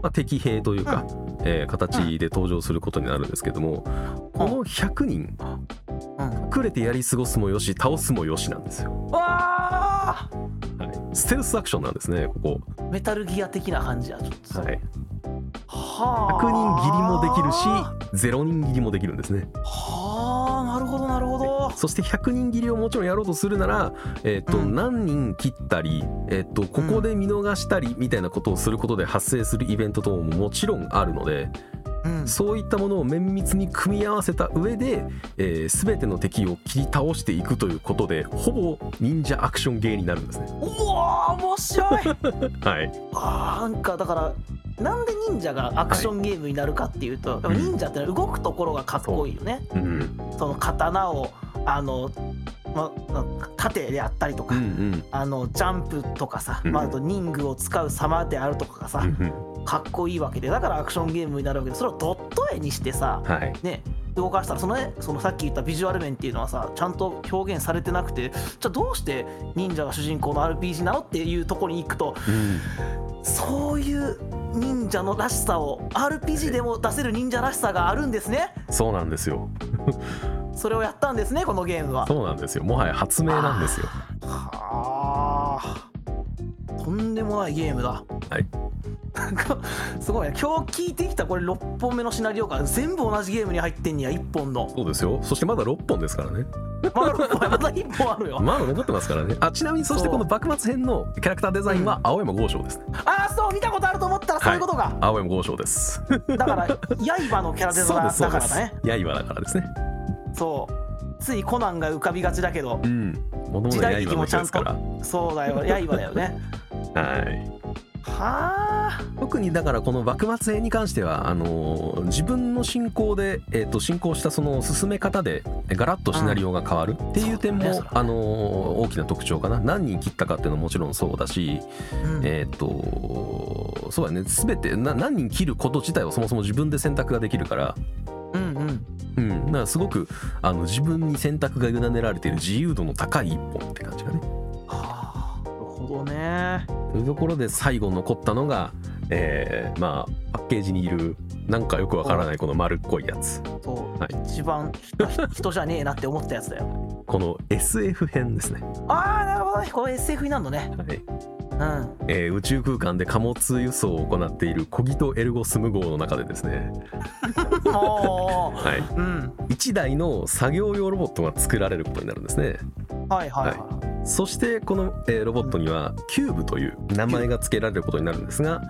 S2: まあ、敵兵というか、えー形で登場することになるんですけども、この100人
S1: うんうん
S2: 隠れてやり過ごすもよし倒すもよしなんですよ、
S1: わあ
S2: はい、ステルスアクションなんですねこ
S1: メタルギア的な感じやちょっ
S2: こ、
S1: と
S2: はい、
S1: はあ
S2: 100人斬りもできるし0人斬りもできるんですね
S1: はあなるほどなるほど
S2: そして100人切りをもちろんやろうとするなら、えっと
S1: うん
S2: 何人切ったり、えっとここで見逃したりみたいなことをすることで発生するイベント等ももちろんあるので
S1: うん
S2: そういったものを綿密に組み合わせた上で、えー、全ての敵を切り倒していくということでほぼ忍者アクションゲーになるんですね。
S1: うわー面白い
S2: はい、
S1: あーなんかだからなんで忍者がアクションゲームになるかっていうと、やっぱ忍者ってのは動くところがかっこいいよね、
S2: うんうん
S1: その刀をあの、ま、ま盾であったりとか、
S2: うん
S1: あのジャンプとかさ、
S2: うん
S1: まあ、あと忍具を使う様であるとかがさ
S2: う、ん
S1: かっこいいわけでだからアクションゲームになるわけでそれをドット絵にしてさ
S2: はい、
S1: ね動かしたらその,、ね、そのさっき言ったビジュアル面っていうのはさちゃんと表現されてなくてじゃあどうして忍者が主人公の RPG なのっていうところに行くと
S2: うん
S1: そういう忍者のらしさを RPG でも出せる忍者らしさがあるんですね
S2: そうなんですよ
S1: それをやったんですねこのゲームは
S2: そうなんですよもはや発明なんですよ。
S1: はあとんでもないゲームだ
S2: はい
S1: なんかすごいね今日聞いてきたこれ6本目のシナリオから全部同じゲームに入ってんねや1本の
S2: そうですよそしてまだ6本ですからね。
S1: まだ6本まだ1本あるよ
S2: まだ残ってますからねあちなみにそしてこの幕末編のキャラクターデザインは青山豪昌ですね、
S1: ああそう見たことあると思ったらそういうことか、
S2: 青山豪昌です
S1: だから刃のキャラデ
S2: そう
S1: ザ
S2: で
S1: ー
S2: すそ
S1: だ
S2: う
S1: か
S2: で
S1: ら
S2: す
S1: だね
S2: 刃だからですね
S1: そうついコナンが浮かびがちだけど
S2: うん物
S1: 時
S2: の
S1: 代
S2: 刃
S1: 劇も
S2: の
S1: ちゃん
S2: 人で
S1: と
S2: すから
S1: そうだよ刃だよね
S2: はい
S1: はあ
S2: 特にだからこの幕末編に関してはあのー自分の進行で、えっと進行したその進め方でえガラッとシナリオが変わるっていう点も、
S1: そうだねそうだね
S2: あのー大きな特徴かな何人切ったかっていうのももちろんそうだし、
S1: うん
S2: えっとそうだね全てな何人切ること自体をそもそも自分で選択ができるから、
S1: うんうん
S2: うん、だからすごくあの自分に選択が委ねられている自由度の高い一本って感じがね。
S1: はあなるほどね
S2: というところで最後残ったのが、えーまあパッケージにいるなんかよくわからないこの丸っこいやつ
S1: そう、
S2: はい
S1: 一番人人じゃねえなって思ったやつだよ
S2: この SF 編ですね、
S1: ああなるほどねこれ SF になるのね
S2: はい
S1: うん
S2: えー宇宙空間で貨物輸送を行っているコギトエルゴスム号の中でですね、
S1: も
S2: はい、
S1: ううん
S2: 1台の作業用ロボットが作られることになるんですね
S1: はいはいはい、
S2: そしてこの、えーロボットにはキューブという名前が付けられることになるんですが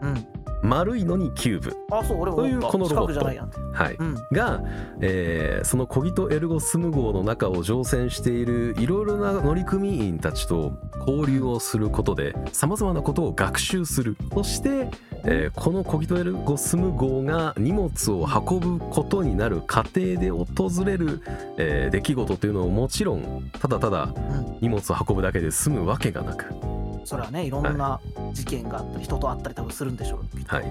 S1: うん
S2: 丸いのにキューブ、
S1: あそう俺も
S2: というこのロボッ
S1: 四角
S2: ト
S1: じゃないやん
S2: はい、
S1: うん
S2: が、えーそのコギトエルゴスム号の中を乗船しているいろいろな乗組員たちと交流をすることでさまざまなことを学習するそして、えーこのコギトエルゴスム号が荷物を運ぶことになる過程で訪れる、えー出来事というのをもちろんただただ
S1: ん
S2: 荷物を運ぶだけで済むわけがなく、
S1: それはねいろんな事件があったり人と会ったり多分するんでしょうきっと
S2: はい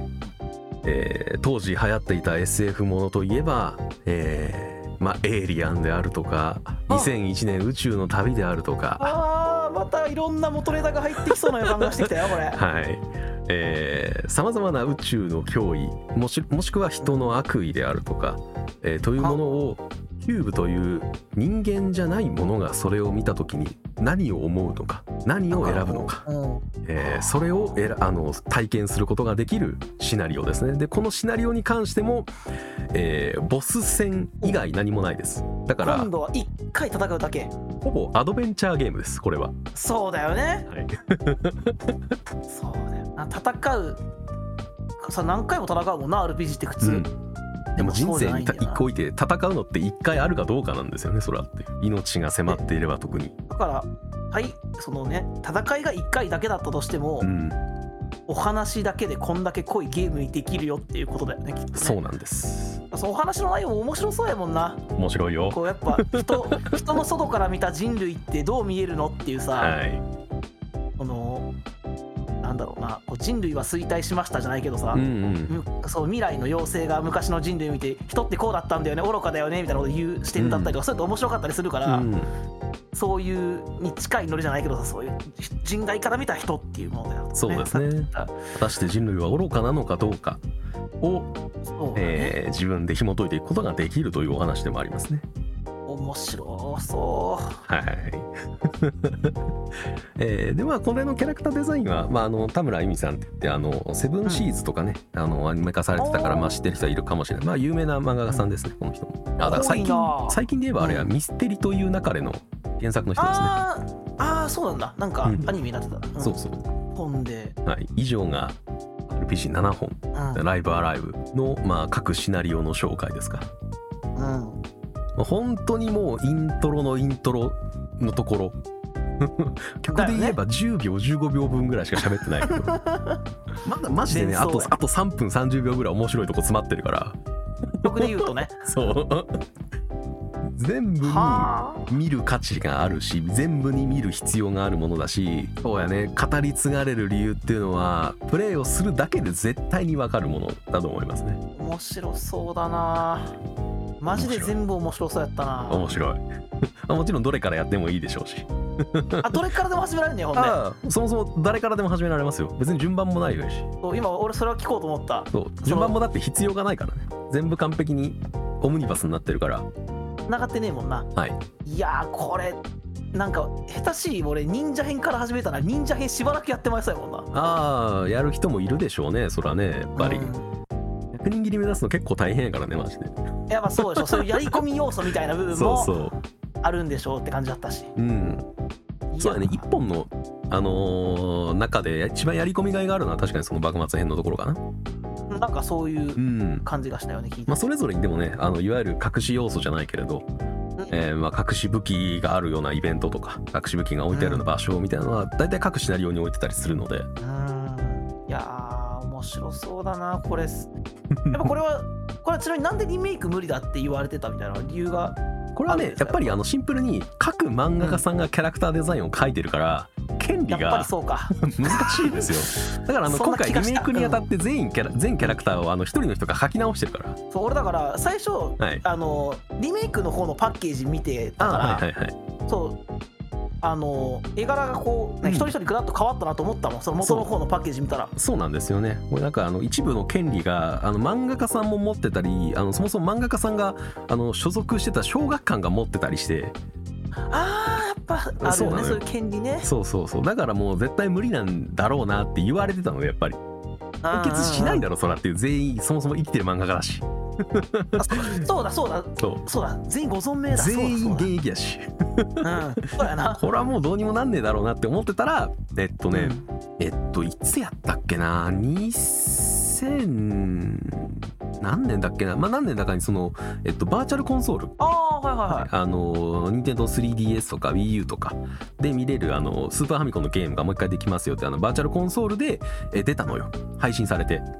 S2: えー当時流行っていた SF ものといえば、えーまあ、エイリアンであるとか
S1: あ
S2: 2001年宇宙の旅であるとか、
S1: あーまたいろんな元ネタが入ってきそうな予感がしてきたよこれ
S2: はいえー、さまざまな宇宙の脅威もしもしくは人の悪意であるとか、えーというものをキューブという人間じゃないものがそれを見た時に何を思うのか 何を選ぶのか、
S1: うん
S2: えーそれをえらあの体験することができるシナリオですねでこのシナリオに関しても、えーボス戦以外何もないですだから
S1: 今度は1回戦うだけ
S2: ほぼアドベンチャーゲームですこれは、
S1: そうだよね
S2: はい、
S1: そうだよな戦うさ何回も戦うもんな RPG って普通、
S2: うんでも人
S1: そうじ
S2: 生
S1: ゃないん
S2: に
S1: だ
S2: た
S1: よ
S2: 一
S1: な
S2: 個おいて戦うのって一回あるかどうかなんですよねそれはって命が迫っていれば特に、
S1: だからはいそのね戦いが1回だけだったとしても、
S2: うん、
S1: お話だけでこんだけ濃いゲームにできるよっていうことだよねきっとね
S2: そうなんです
S1: そうお話の内容も面白そうやもんな
S2: 面白いよ
S1: こうやっぱ人人の外から見た人類ってどう見えるのっていう さ、
S2: はい
S1: このなんだろうなこう人類は衰退しましたじゃないけどさ、
S2: うんうん
S1: むそう未来の妖精が昔の人類見て人ってこうだったんだよね愚かだよねみたいなこと言う視点だったりとか、そういうと面白かったりするから、
S2: うん
S1: そういうに近いノリじゃないけどさそういう人外から見た人っていうものだよね
S2: そうですね
S1: さっき言っ
S2: 果たして人類は愚かなのかどうかを、
S1: たそうだね
S2: えー自分で紐解いていくことができるというお話でもありますね
S1: 面白そう
S2: はい、 えーでまあこれのキャラクターデザインは、まあ、あの田村由美さんって言ってあの「セブンシーズ」とかね、あのアニメ化されてたから、
S1: おー
S2: まあ、知ってる人はいるかもしれない、まあ、有名な漫画家さんですねこの人もあだから
S1: 多い
S2: 最
S1: な
S2: 近
S1: あ
S2: 最近で言えばあれは「
S1: うん
S2: ミステリという流れ」の原作の人ですね
S1: あーあーそうなんだなんか
S2: うん
S1: アニメになってた、うん
S2: そうそう、
S1: 本で、
S2: はい、以上が RPG7 本
S1: うん
S2: 「ライブアライブの」まあ、各シナリオの紹介ですか
S1: うん
S2: 本当にもうイントロのイントロのところ 曲で言えば10秒15秒分ぐらいしか喋ってないけど まだマジでね
S1: 連
S2: あ
S1: 想
S2: と
S1: だよ
S2: あと3分30秒ぐらい面白いとこ詰まってるから
S1: 曲で言うとね
S2: そう 全部に
S1: は
S2: 見る価値があるし全部に見る必要があるものだしそうやね語り継がれる理由っていうのはプレイをするだけで絶対に分かるものだと思いますね
S1: あ面白そうだなマジで全部面白そうやったな
S2: 面 白いあもちろんどれからやってもいいでしょうし
S1: あどれからでも始められるねほんで
S2: ああそもそも誰からでも始められますよ別に順番もないし
S1: そう今俺それは聞こうと思った
S2: そう順番もだって必要がないからね全部完璧にオムニバスになってるから
S1: 繋がってねえもんな
S2: はい
S1: いやーこれなんか下手しい俺忍者編から始めたら忍者編しばらくやってましたやもんな
S2: ああやる人もいるでしょうねそらねやっぱり、
S1: うん
S2: 100人切り目指すの結構大変やからねマジで
S1: やっぱそうでしょそういうやり込み要素みたいな部分
S2: そう
S1: も
S2: そ
S1: あるんでしょうって感じだったし
S2: ううんそうだね
S1: いや
S2: 1本のあのー中で一番やり込みがいがあるのは確かにその幕末編のところかな
S1: なんかそういう
S2: うん
S1: 感じがしたよね聞いて
S2: まあそれぞれにでもねあのいわゆる隠し要素じゃないけれど
S1: うん
S2: えーまあ、隠し武器があるようなイベントとか隠し武器が置いてあるような場所みたいなのは大体各シナリオに置いてたりするので
S1: うんいやー面白そうだな これすやっぱこれはこれはちなみになんでリメイク無理だって言われてたみたいな理由が
S2: これは
S1: あるん
S2: ね
S1: です
S2: や
S1: か
S2: っぱりあのシンプルに各漫画家さんがキャラクターデザインを描いてるから権利
S1: やっぱ
S2: が
S1: りそうか
S2: 難しいですよだからあの
S1: そん
S2: 今
S1: な気
S2: 回
S1: が
S2: リ
S1: した
S2: メイクにあたって全員キャラ全キャラクターをあの一人の人が書き直してるから
S1: そう俺だから最初
S2: はい
S1: あのリメイクの方のパッケージ見てた
S2: あ
S1: から、
S2: はいはいはい
S1: そうあの絵柄がこう、ね
S2: う
S1: 一
S2: ん
S1: 人一人グラッと変わったなと思ったもんその元の方のパッケージ見たら
S2: そうなんですよねこれなんかあの一部の権利があの漫画家さんも持ってたりあのそもそも漫画家さんがあの所属してた小学館が持ってたりして
S1: あーやっぱある
S2: そう
S1: よ
S2: なの
S1: ね
S2: よ
S1: そういう権利ね
S2: そうそうそうだからもう絶対無理なんだろうなって言われてたのでやっぱり解決しないだろそらっていう全員そもそも生きてる漫画家だし
S1: うんあそそうだそうだ
S2: そう
S1: そうだ全員ご存命だそうだ
S2: 全員
S1: そう
S2: 現
S1: だ
S2: 役やし
S1: うんそうやな
S2: これはもうどうにもなんねえだろうなって思ってたらえっとね、えっといつやったっけな2000何年だっけなまあ何年だかにそのえっとバーチャルコンソール
S1: ああはいはいはい
S2: あの Nintendo3DS とか WiiU とかで見れるあのスーパーファミコンのゲームがもう一回できますよってあのバーチャルコンソールでえ出たのよ配信されて
S1: だか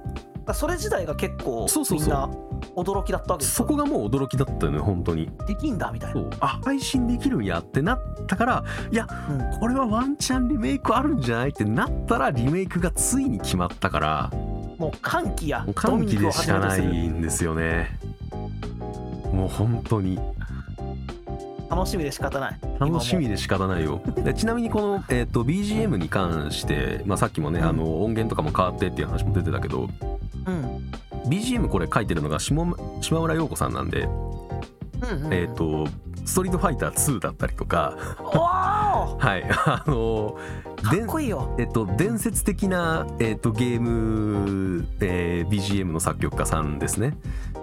S1: らそれ自体が結構
S2: そうそうそ
S1: み
S2: う
S1: んな驚きだったわけです
S2: そ
S1: よ
S2: こがもう驚きだったのよ本当に
S1: できんだみたい
S2: そ
S1: な
S2: うあ配信できるんやってなったからいや
S1: うん
S2: これはワンチャンリメイクあるんじゃないってなったらリメイクがついに決まったから
S1: もう歓喜や
S2: もう歓喜でしかない
S1: ドミニクをはじめとす
S2: んですよねもう本当に
S1: る楽しみで仕方ない
S2: 楽しみで仕方ないよでちなみにこの、えー、と BGM に関して、まあ、さっきもね、
S1: うん
S2: あの音源とかも変わってっていう話も出てたけど
S1: 今も
S2: BGM これ書いてるのが下島村陽子さんなんで、
S1: うんうんうん
S2: えっ、と「ストリートファイター2」だったりとか
S1: お
S2: はい あの
S1: ーか
S2: で
S1: っこいいよ
S2: えっと、伝説的な、えっと、ゲーム、えー BGM の作曲家さんですね。
S1: う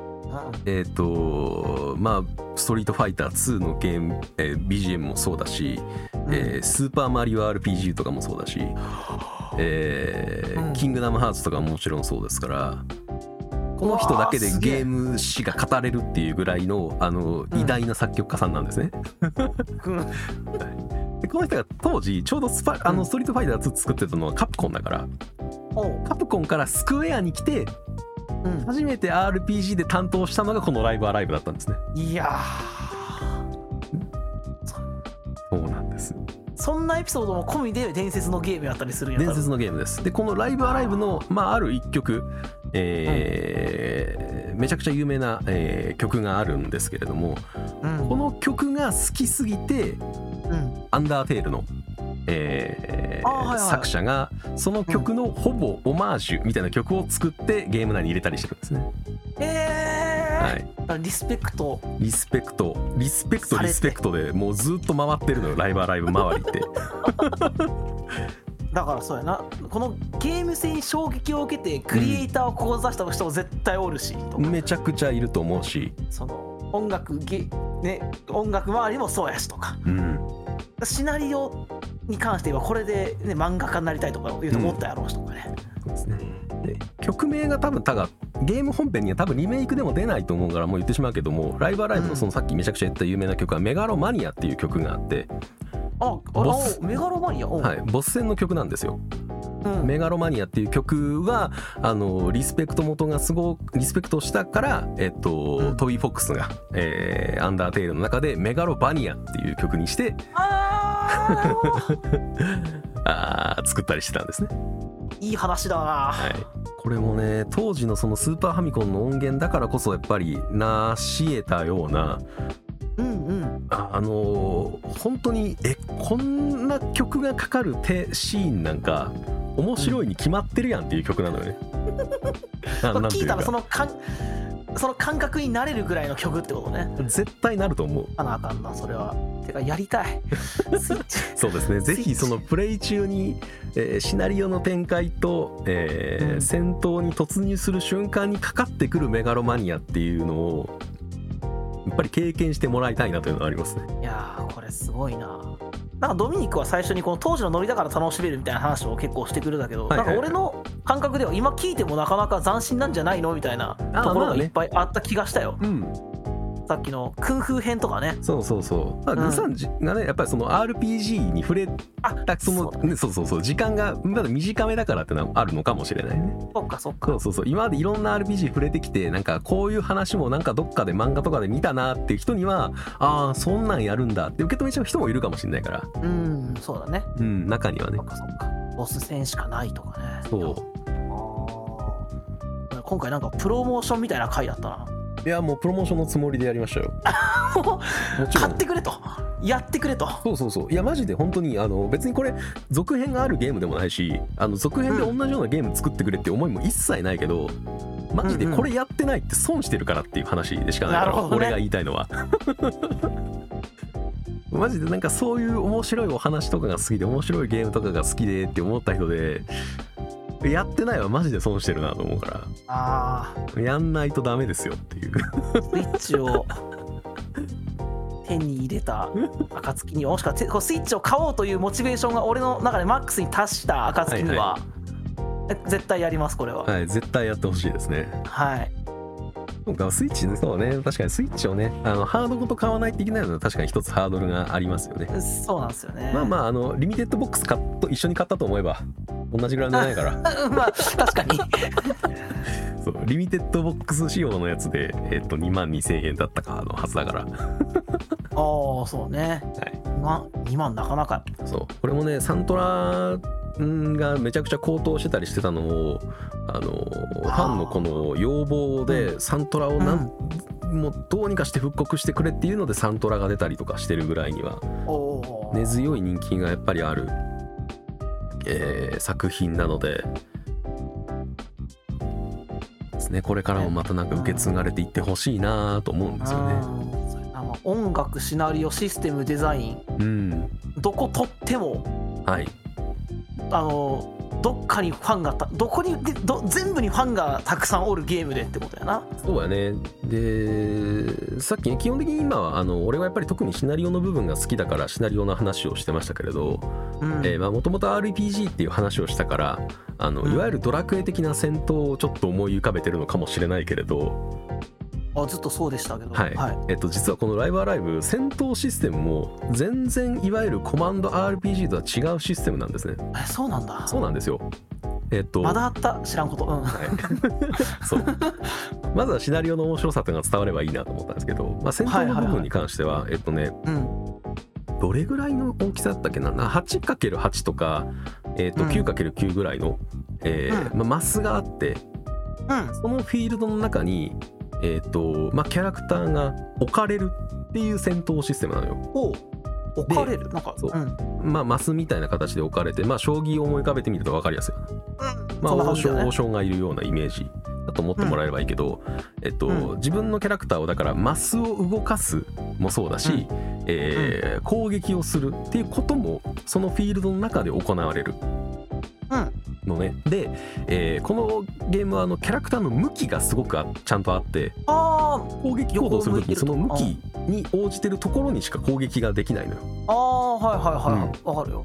S2: えっとまあ「ストリートファイター2」のゲーム、えー BGM もそうだし
S1: ん
S2: えースーパーマリオ RPG とかもそうだし、えー
S1: うん
S2: キングダムハーツとかももちろんそうですからこの人だけで
S1: うわーすげえ
S2: ゲーム史が語れるっていうぐらいのあの
S1: うん
S2: 偉大な作曲家さんなんですね。
S1: うん
S2: でこの人が当時ちょうどスパあ
S1: う
S2: の「
S1: ん
S2: ストリートファイター2」作ってたのはカプコンだから
S1: おう
S2: カプコンからスクエアに来て
S1: うん
S2: 初めて RPG で担当したのがこの「ライブアライブ」だったんですね。
S1: いやー
S2: そうなんです
S1: そんなエピソードも込みで伝説のゲームやったりするんや
S2: 伝説のゲームですでこの「ライブアライブの」まあ、ある一曲、えーめちゃくちゃ有名な、えー曲があるんですけれども
S1: 多分
S2: この曲が好きすぎて
S1: うんうん
S2: 「アンダーテールの」えー
S1: あはいはい
S2: 作者がその曲のほぼオマージュみたいな曲を作ってゲーム内に入れたりしてるんですね。は
S1: え
S2: い、
S1: ーリスペクト
S2: リスペクトリスペクト
S1: されて
S2: リスペクトでもうずっと回ってるのよライブアライブ周りって。
S1: だからそうやなこのゲーム性に衝撃を受けてクリエイターを志した人も絶対おるし、とか
S2: めちゃくちゃいると思うし。
S1: その音楽ゲね音楽周りもそうやしとか
S2: うん
S1: シナリオに関してはこれで、ね、漫画家になりたいとかいうと思ったやろうしとかね、
S2: そうですねで曲名が多分ただゲーム本編には多分リメイクでも出ないと思うからもう言ってしまうけどもライブアライブのそのさっきめちゃくちゃ言った有名な曲は「メガロマニア」っていう曲があって、
S1: ああ
S2: ボス
S1: おメガロマニアおう、
S2: はい、ボス戦の曲なんですよ。
S1: うん
S2: メガロマニアっていう曲はあのリスペクト元がすごくリスペクトしたから、えっと
S1: うん
S2: トビー・フォックスが、えーアンダーテイル」の中で「メガロバニア」っていう曲にして
S1: あーなるほど
S2: あー作ったりしてたんですね。
S1: いい話だな、
S2: はい、これもね当時のそのスーパーファミコンの音源だからこそやっぱり成し得たような
S1: うんうん
S2: ああのー本当にえこんな曲がかかる手シーンなんか面白いに決まってるやんっていう曲なのよ ね。ななんてい
S1: 聞いうたらそ
S2: か
S1: のかんその感覚になれるぐらいの曲ってことね
S2: 絶対なると思う。
S1: あなあかんなそれはてかやりた いスイッチ
S2: そうですねぜ
S1: スイ
S2: ひ
S1: ッチ
S2: そのプレイ中に、えーシナリオの展開と、えー
S1: うん
S2: 戦闘に突入する瞬間にかかってくるメガロマニアっていうのをやっぱり経験してもらいたいなというのはありますね。
S1: いやーこれすごいななんかドミニクは最初にこの当時のノリだから楽しめるみたいな話を結構してくるんだけど、
S2: はいはいはい
S1: なんか俺の感覚では今聞いてもなかなか斬新なんじゃないのみたいな
S2: あ
S1: ところ
S2: まあ
S1: が
S2: ね
S1: いっぱいあった気がしたよ、
S2: うん、
S1: さっきの「空風編」とかね
S2: そうそうそう、まあ、
S1: うん
S2: グサンジがねやっぱりその RPG に触れ
S1: あ
S2: たその
S1: そうだ
S2: ねそうそうそう時間がまだ短めだからってのはあるのかもしれないね
S1: そっかそっか
S2: そうそうそう今までいろんな RPG 触れてきてなんかこういう話もなんかどっかで漫画とかで見たなっていう人にはああそんなんやるんだって受け止めちゃう人もいるかもしれないから
S1: うんそうだね
S2: うん中にはね
S1: そっかそっかボス戦しかないとかね
S2: そ
S1: あー今回なんかプロモーションみたいな回だったな
S2: ういやもうプロモーションのつもりでやりました よもちろ
S1: 買っ
S2: ん
S1: てくれとやってくれと
S2: そうそうそういやマジで本当にあの別にこれ続編があるゲームでもないしあの続編で同じようなゲーム作ってくれって思いも一切ないけどマジでこれやってないって損してるからっていう話でしかないから、
S1: なるほどね
S2: 俺が言いたいのは マジでなんかそういう面白いお話とかが好きで面白いゲームとかが好きでって思った人でやってないはマジで損してるなと思うか
S1: ああ
S2: らやんないとダメですよってい
S1: スイ
S2: う
S1: ッチを手に入れた暁にはもしくはてこうスイッチを買おうというモチベーションが俺の中でマックスに達した暁には、え絶対やりますこれははい、
S2: はい絶対やってほしいですねそうかスイッチねそうね確かにスイッチをねあのハードごと買わないといけないのは確かに一つハードルがありますよね
S1: そうなんですよね
S2: まあまああのリミテッドボックス買っと一緒に買ったと思えば同じぐらいじゃないから
S1: あ まあ確かに
S2: そうリミテッドボックス仕様のやつで、えっと2万2000円だったかのはずだから
S1: ああそうね、まあ2万なかなか
S2: そうこれもねサントラんがめちゃくちゃ高騰してたりしてたのをあのファンのこの要望でサントラをなん、もうどうにかして復刻してくれっていうのでサントラが出たりとかしてるぐらいには
S1: おおー、
S2: 根強い人気がやっぱりある、えー作品なのでですねこれからもまたなんか受け継がれていってほしいなと思うんですよね。
S1: うんそれあの音楽シナリオシステムデザイン
S2: うん
S1: どこ取っても
S2: はい、
S1: あのどっかにファンがたどこにでど全部にファンがたくさんおるゲームでってことやな
S2: そうやねでさっきね基本的に今はあの俺はやっぱり特にシナリオの部分が好きだからシナリオの話をしてましたけれど
S1: うん
S2: もともと RPG っていう話をしたからあのいわゆるドラクエ的な戦闘をちょっと思い浮かべてるのかもしれないけれど、
S1: あずっとそうでしたけど
S2: はい、えっと実はこの「ライブアライブ」戦闘システムも全然いわゆるコマンド RPG とは違うシステムなんですね
S1: えそうなんだ
S2: そうなんですよえっと
S1: まだあった知らんことうん
S2: はい そうまずはシナリオの面白さというのが伝わればいいなと思ったんですけど、まあ、戦闘の部分に関しては,、えっとね
S1: うん
S2: どれぐらいの大きさだったっけなな 8×8 とか、えっと
S1: うん
S2: 9×9 ぐらいの、えー
S1: う
S2: まあ、マスがあって
S1: うん
S2: そのフィールドの中に、えっとまあ、キャラクターが置かれるっていう戦闘システムなのよ。
S1: お置かれるなんか、
S2: そうん
S1: うん
S2: まあ、マスみたいな形で置かれて、まあ、将棋を思い浮かべてみると分かりやすい、まあ、
S1: そんな
S2: 王
S1: 感じだ
S2: 将
S1: ね
S2: 王将がいるようなイメージだと思ってもらえればいいけど、えっと
S1: う
S2: 自分のキャラクターをだからマスを動かすもそうだし、
S1: うん
S2: えー攻撃をするっていうこともそのフィールドの中で行われる
S1: うん
S2: のねで、えーこのゲームはあのキャラクターの向きがすごくあちゃんとあって
S1: あー
S2: 攻撃行動する時にそ
S1: 横
S2: の
S1: を向
S2: 向
S1: い
S2: き
S1: てる
S2: に応じてるところにしか攻撃ができないのよ。
S1: あーはいはいはいはいわ、かるよ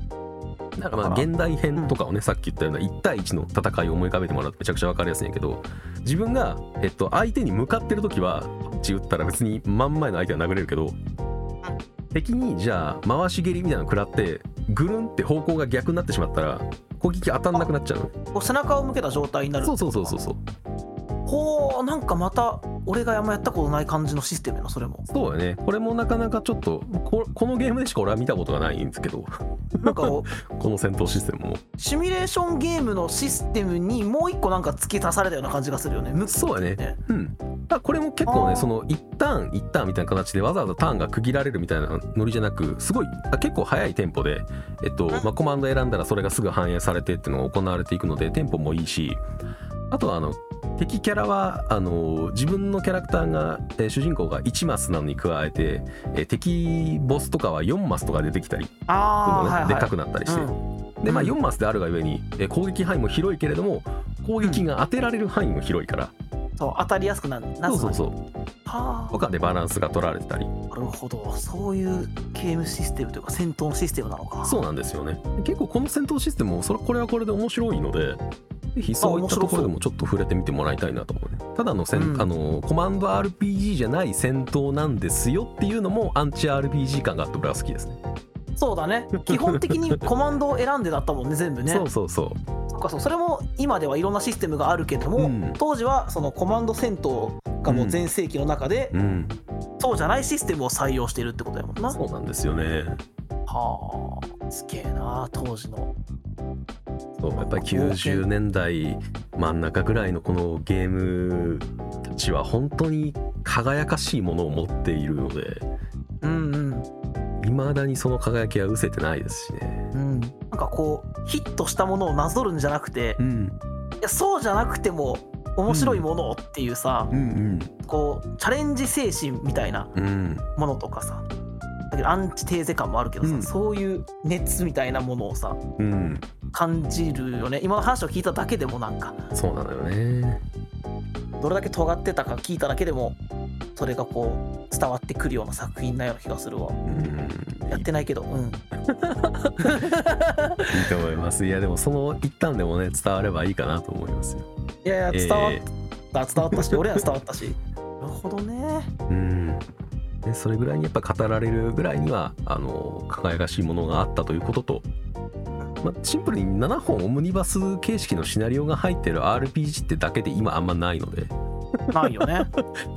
S2: だからまあ
S1: だから
S2: 現代編とかをね、さっき言ったような1対1の戦いを思い浮かべてもらうとめちゃくちゃ分かりやすいんやけど自分が、えっと、相手に向かってる時はパンチ打ったら別に真ん前の相手は殴れるけど敵にじゃあ回し蹴りみたいなの食らってぐるんって方向が逆になってしまったら攻撃当たんなくなっちゃう
S1: こう背中を向けた状態にな
S2: の
S1: る
S2: そうそうそうそうそう
S1: ほうなんかまた俺があんまやったことない感じのシステムやなそれも
S2: そうよねこれもなかなかちょっとここのゲームでしか俺は見たことがないんですけど
S1: なんかこう
S2: この戦闘システムも
S1: シミュレーションゲームのシステムにもう一個なんか付け足されたような感じがするよね。向き
S2: そうやね
S1: ね。
S2: うん、あこれも結構
S1: あ
S2: ね
S1: ー
S2: その一旦一旦みたいな形でわざわざターンが区切られるみたいなノリじゃなくすごいあ結構早いテンポで、えっと
S1: ん
S2: まあ、コマンド選んだらそれがすぐ反映されてっていうのが行われていくのでテンポもいいしあとはあの敵キャラはあの自分のキャラクターが、えー主人公が1マスなのに加えて、えー敵ボスとかは4マスとか出てきたり
S1: ああ、
S2: っていうのね
S1: はいはい。
S2: でっかくなったりして、
S1: うん
S2: でまあ、
S1: うん
S2: 4マスであるがゆえに、えー攻撃範囲も広いけれども攻撃が当てられる範囲も広いから、
S1: そう当たりやすくなる。な
S2: そうそうそう
S1: は
S2: とかでバランスが取られてたり
S1: あ、なるほど。そういうゲームシステムというか戦闘のシステムなのか。
S2: そうなんですよね結構この戦闘システムもそれこれはこれで面白いのでぜひそういったところでもちょっと触れてみてもらいたいなと思うねただのせん、
S1: うん
S2: あのコマンド RPG じゃない戦闘なんですよっていうのもアンチ RPG 感があって俺は好きですね
S1: そうだ ね基本的にコマンドを選んでだったもんね全部ね
S2: そうそうそ
S1: そっかそうそれも今ではいろんなシステムがあるけども、
S2: うん
S1: 当時はそのコマンド戦闘がもう全盛期の中で、
S2: ううん
S1: そうじゃないシステムを採用してるってことやもんな
S2: そうなんですよね
S1: はあすげえな当時の
S2: そうやっぱり
S1: 冒険
S2: 90年代真ん中ぐらいのこのゲームたちは本当に輝かしいものを持っているので
S1: うんうん
S2: 未だにその輝きは失せてないですしね
S1: うんなんかこうヒットしたものをなぞるんじゃなくて、
S2: うん
S1: いやそうじゃなくても面白いものをっていうさ、
S2: うん
S1: こうチャレンジ精神みたいな
S2: うんうん
S1: ものとかさだけどアンチテーゼ感もあるけどさ、
S2: うん
S1: そういう熱みたいなものをさ
S2: うん
S1: 感じるよね今の話を聞いただけでもなんか
S2: そうなのよね
S1: どれだけ尖ってたか聞いただけでもそれがこう伝わってくるような作品なような気がするわ
S2: うん
S1: やってないけどうん
S2: いいと思いますいやでもその一旦でもね伝わればいいかなと思いますよ
S1: いやいや
S2: えー
S1: 伝わった、伝わったし俺ら伝わったしなるほどね
S2: うんでそれぐらいにやっぱ語られるぐらいにはあの輝かしいものがあったということと、まあ、シンプルに7本オムニバス形式のシナリオが入ってる RPG ってだけで今あんまないので
S1: ないよ ね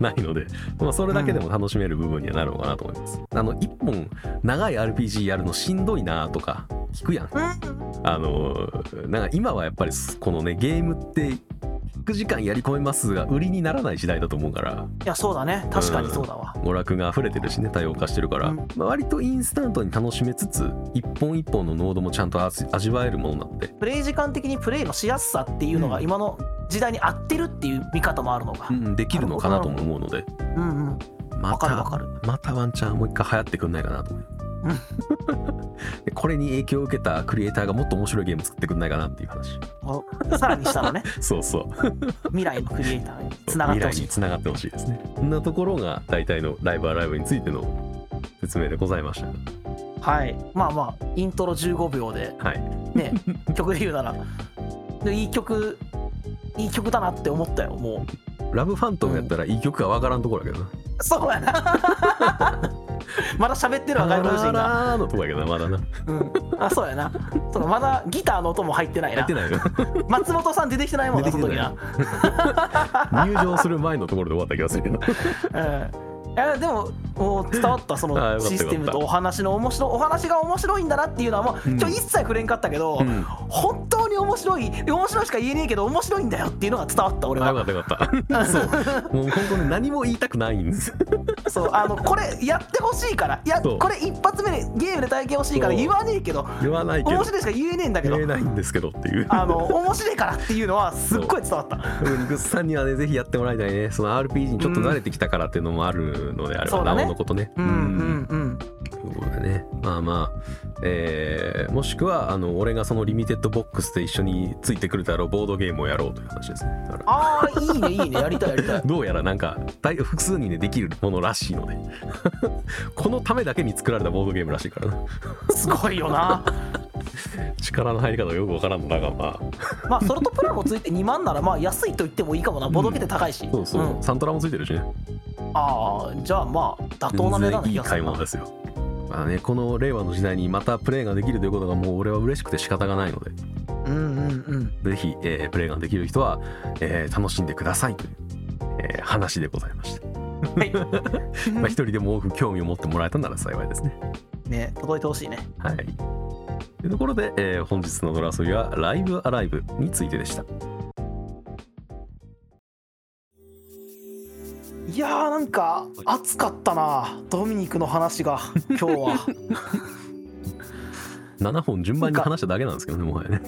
S2: ないので、まあ、それだけでも楽しめる部分にはなるのかなと思います、あの1本長い RPG やるのしんどいなとか聞くやん
S1: うん
S2: あのなんか今はやっぱりこのねゲームって9時間やり込めますが売りにならない時代だと思うから
S1: いやそうだね確かにそうだわ、
S2: 娯楽が溢れてるしね多様化してるから、
S1: うん
S2: まあ、割とインスタントに楽しめつつ一本一本の濃度もちゃんと味味わえるものなんで、
S1: プレイ時間的にプレイのしやすさっていうの
S2: う
S1: が
S2: ん
S1: 今の時代に合ってるっていう見方もあるのが、
S2: うんできるのかなとも思うので
S1: うん、うん
S2: ま
S1: わかるわか
S2: た
S1: る
S2: またワンチャンもう一回流行ってくんないかな と思う、
S1: う
S2: でこれに影響を受けたクリエイターがもっと面白いゲーム作ってくんないかなっていう話
S1: おさらにしたらね
S2: そうそう
S1: 未来のクリエイターにつながってほし
S2: 未来
S1: い
S2: につながってほしいですねそんなところが大体のライブアライブについての説明でございましたが
S1: はいまあまあイントロ15秒で
S2: はい
S1: ね曲で言うならでいい曲いい曲だなって思ったよも
S2: ラブファントムやったらいい曲かわからんところだけどな
S1: うそうやな まだ喋ってるわ外国人が、
S2: ラーのとこやけどなまだな
S1: うん、あそうやなそのまだギターの音も入ってない
S2: やっ
S1: な
S2: てないよ
S1: 松本さん出てきてないもんな
S2: 出
S1: そ
S2: てき
S1: の時
S2: てない
S1: な
S2: 入場する前のところで終わった気がするけ ど
S1: うん、いやでももう伝わったそ
S2: あーよ
S1: の
S2: かった
S1: システム
S2: よか
S1: と
S2: った
S1: お話の面白お話が面白いんだなっていうのはもう
S2: うん
S1: 今日一切触れんかったけど、
S2: うん
S1: 本当に面白い面白いしか言えねえけど面白いんだよっていうのが伝わった俺
S2: あよ
S1: は
S2: かったよかった そうもう本当に何も言いたくないんです
S1: そうあのこれやってほしいからいや
S2: そう
S1: これ一発目でゲームで体験ほしいから
S2: そう
S1: 言わねえけど
S2: 言わないけど
S1: 面白いしか言えねえんだけど
S2: 言えないんですけどっていう
S1: あの面白いからっていうのはすっごい伝わった
S2: グッズさんにはねぜひやってもらいたいねその RPG にちょっと慣れてきたからっていうのもあるのであれ
S1: そ
S2: ば
S1: う
S2: な
S1: だ
S2: お、
S1: ね
S2: のことね
S1: うんうんうん
S2: ということでねまあまあ、えーもしくはあの俺がそのリミテッドボックスで一緒についてくるだろうボードゲームをやろうという話ですねだから
S1: ああいいねいいねやりたいやり たい
S2: どうやらなんか大複数にねできるものらしいので このためだけに作られたボードゲームらしいからな
S1: すごいよな
S2: 力の入り方がよくわからんのだがまあ
S1: まあソルトプラもついて2万ならまあ安いと言ってもいいかもなボドゲで高いし、
S2: そうそう、
S1: ん
S2: サントラもついてるしね
S1: ああじゃあまあ妥当な値段な
S2: 全然い
S1: 気
S2: い
S1: がす
S2: 買い
S1: るな
S2: 物ですよまあねこの令和の時代にまたプレイができるということがもう俺は嬉しくて仕方がないので
S1: うんうんうん
S2: ぜひ、えープレイができる人は、えー楽しんでくださいという、えー話でございました
S1: はい
S2: まあ 一人でも多く興味を持ってもらえたなら幸いですね
S1: ね届いてほしいね
S2: はいというところで、えー本日のドラ遊びは「ライブアライブ」についてでした
S1: いやーなんか熱かったなドミニクの話 が今日は
S2: 7本順番に話しただけなんですけどねもはやね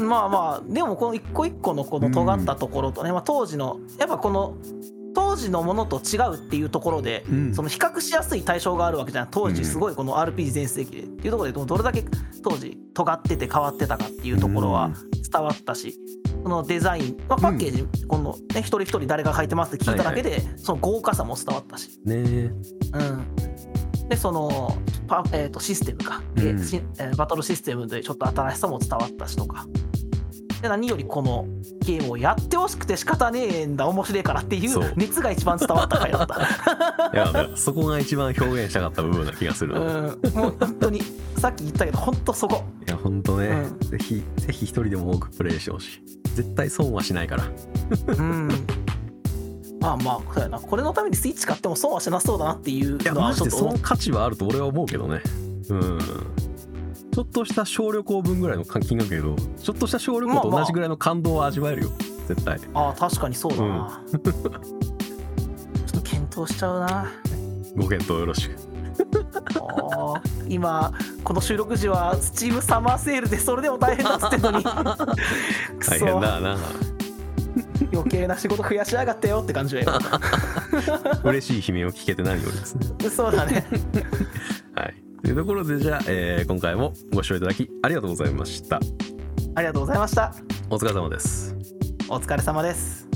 S1: まあまあでもこの一個一個のこの尖ったところとね、まあ、当時のやっぱこの当時のものと違うっていうところで、
S2: うん
S1: その比較しやすい対象があるわけじゃん当
S2: うん
S1: 時すごいこの RPG 全盛期でっていうところでどれだけ当時尖ってて変わってたかっていうところは伝わったし、そのデザイン、まあ、パッケージ、この、ね、一人一人誰が書いてますって聞いただけで、その豪華さも伝わったし。
S2: ね
S1: うん、でそのパ、えー、とシステムか、で
S2: うん
S1: しえーバトルシステムでちょっと新しさも伝わったしとかで何よりこのゲームをやってほしくて仕方ねえんだ面白いからってい
S2: そう
S1: う熱が一番伝わった回だった
S2: いやそこが一番表現したかった部分な気がするな、い
S1: うんもう本当にさっき言ったけど本当そこ
S2: やほんとね、
S1: うん
S2: ぜひぜひ一人でも多くプレイしてほしい絶対損はしないから
S1: うんまあまあそうやなこれのためにスイッチ買っても損はしなそうだなっていう
S2: いや
S1: の
S2: マ
S1: は
S2: ジ
S1: ちょ
S2: で
S1: っと
S2: そ
S1: 思
S2: の
S1: っ
S2: 価値はあると俺は思うけどねうんちょっとした小旅行分ぐらいの金額だけどちょっとした小旅行と同じぐらいの感動は味わえるよ絶対
S1: ああ確かにそうだな、 ちょっと検討しちゃうな
S2: ご検討よろしく
S1: ああ今この収録時はスチームサマーセールでそれでも大変だっつってんの にくそ
S2: 大変だな
S1: 余計な仕事増やしやがってよって感じだよ
S2: 嬉しい悲鳴を聞けて何よりです ね
S1: そうだね
S2: はいというところでじゃあ、えー今回もご視聴いただきありがとうございました
S1: ありがとうございました
S2: お疲れ様です
S1: お疲れ様です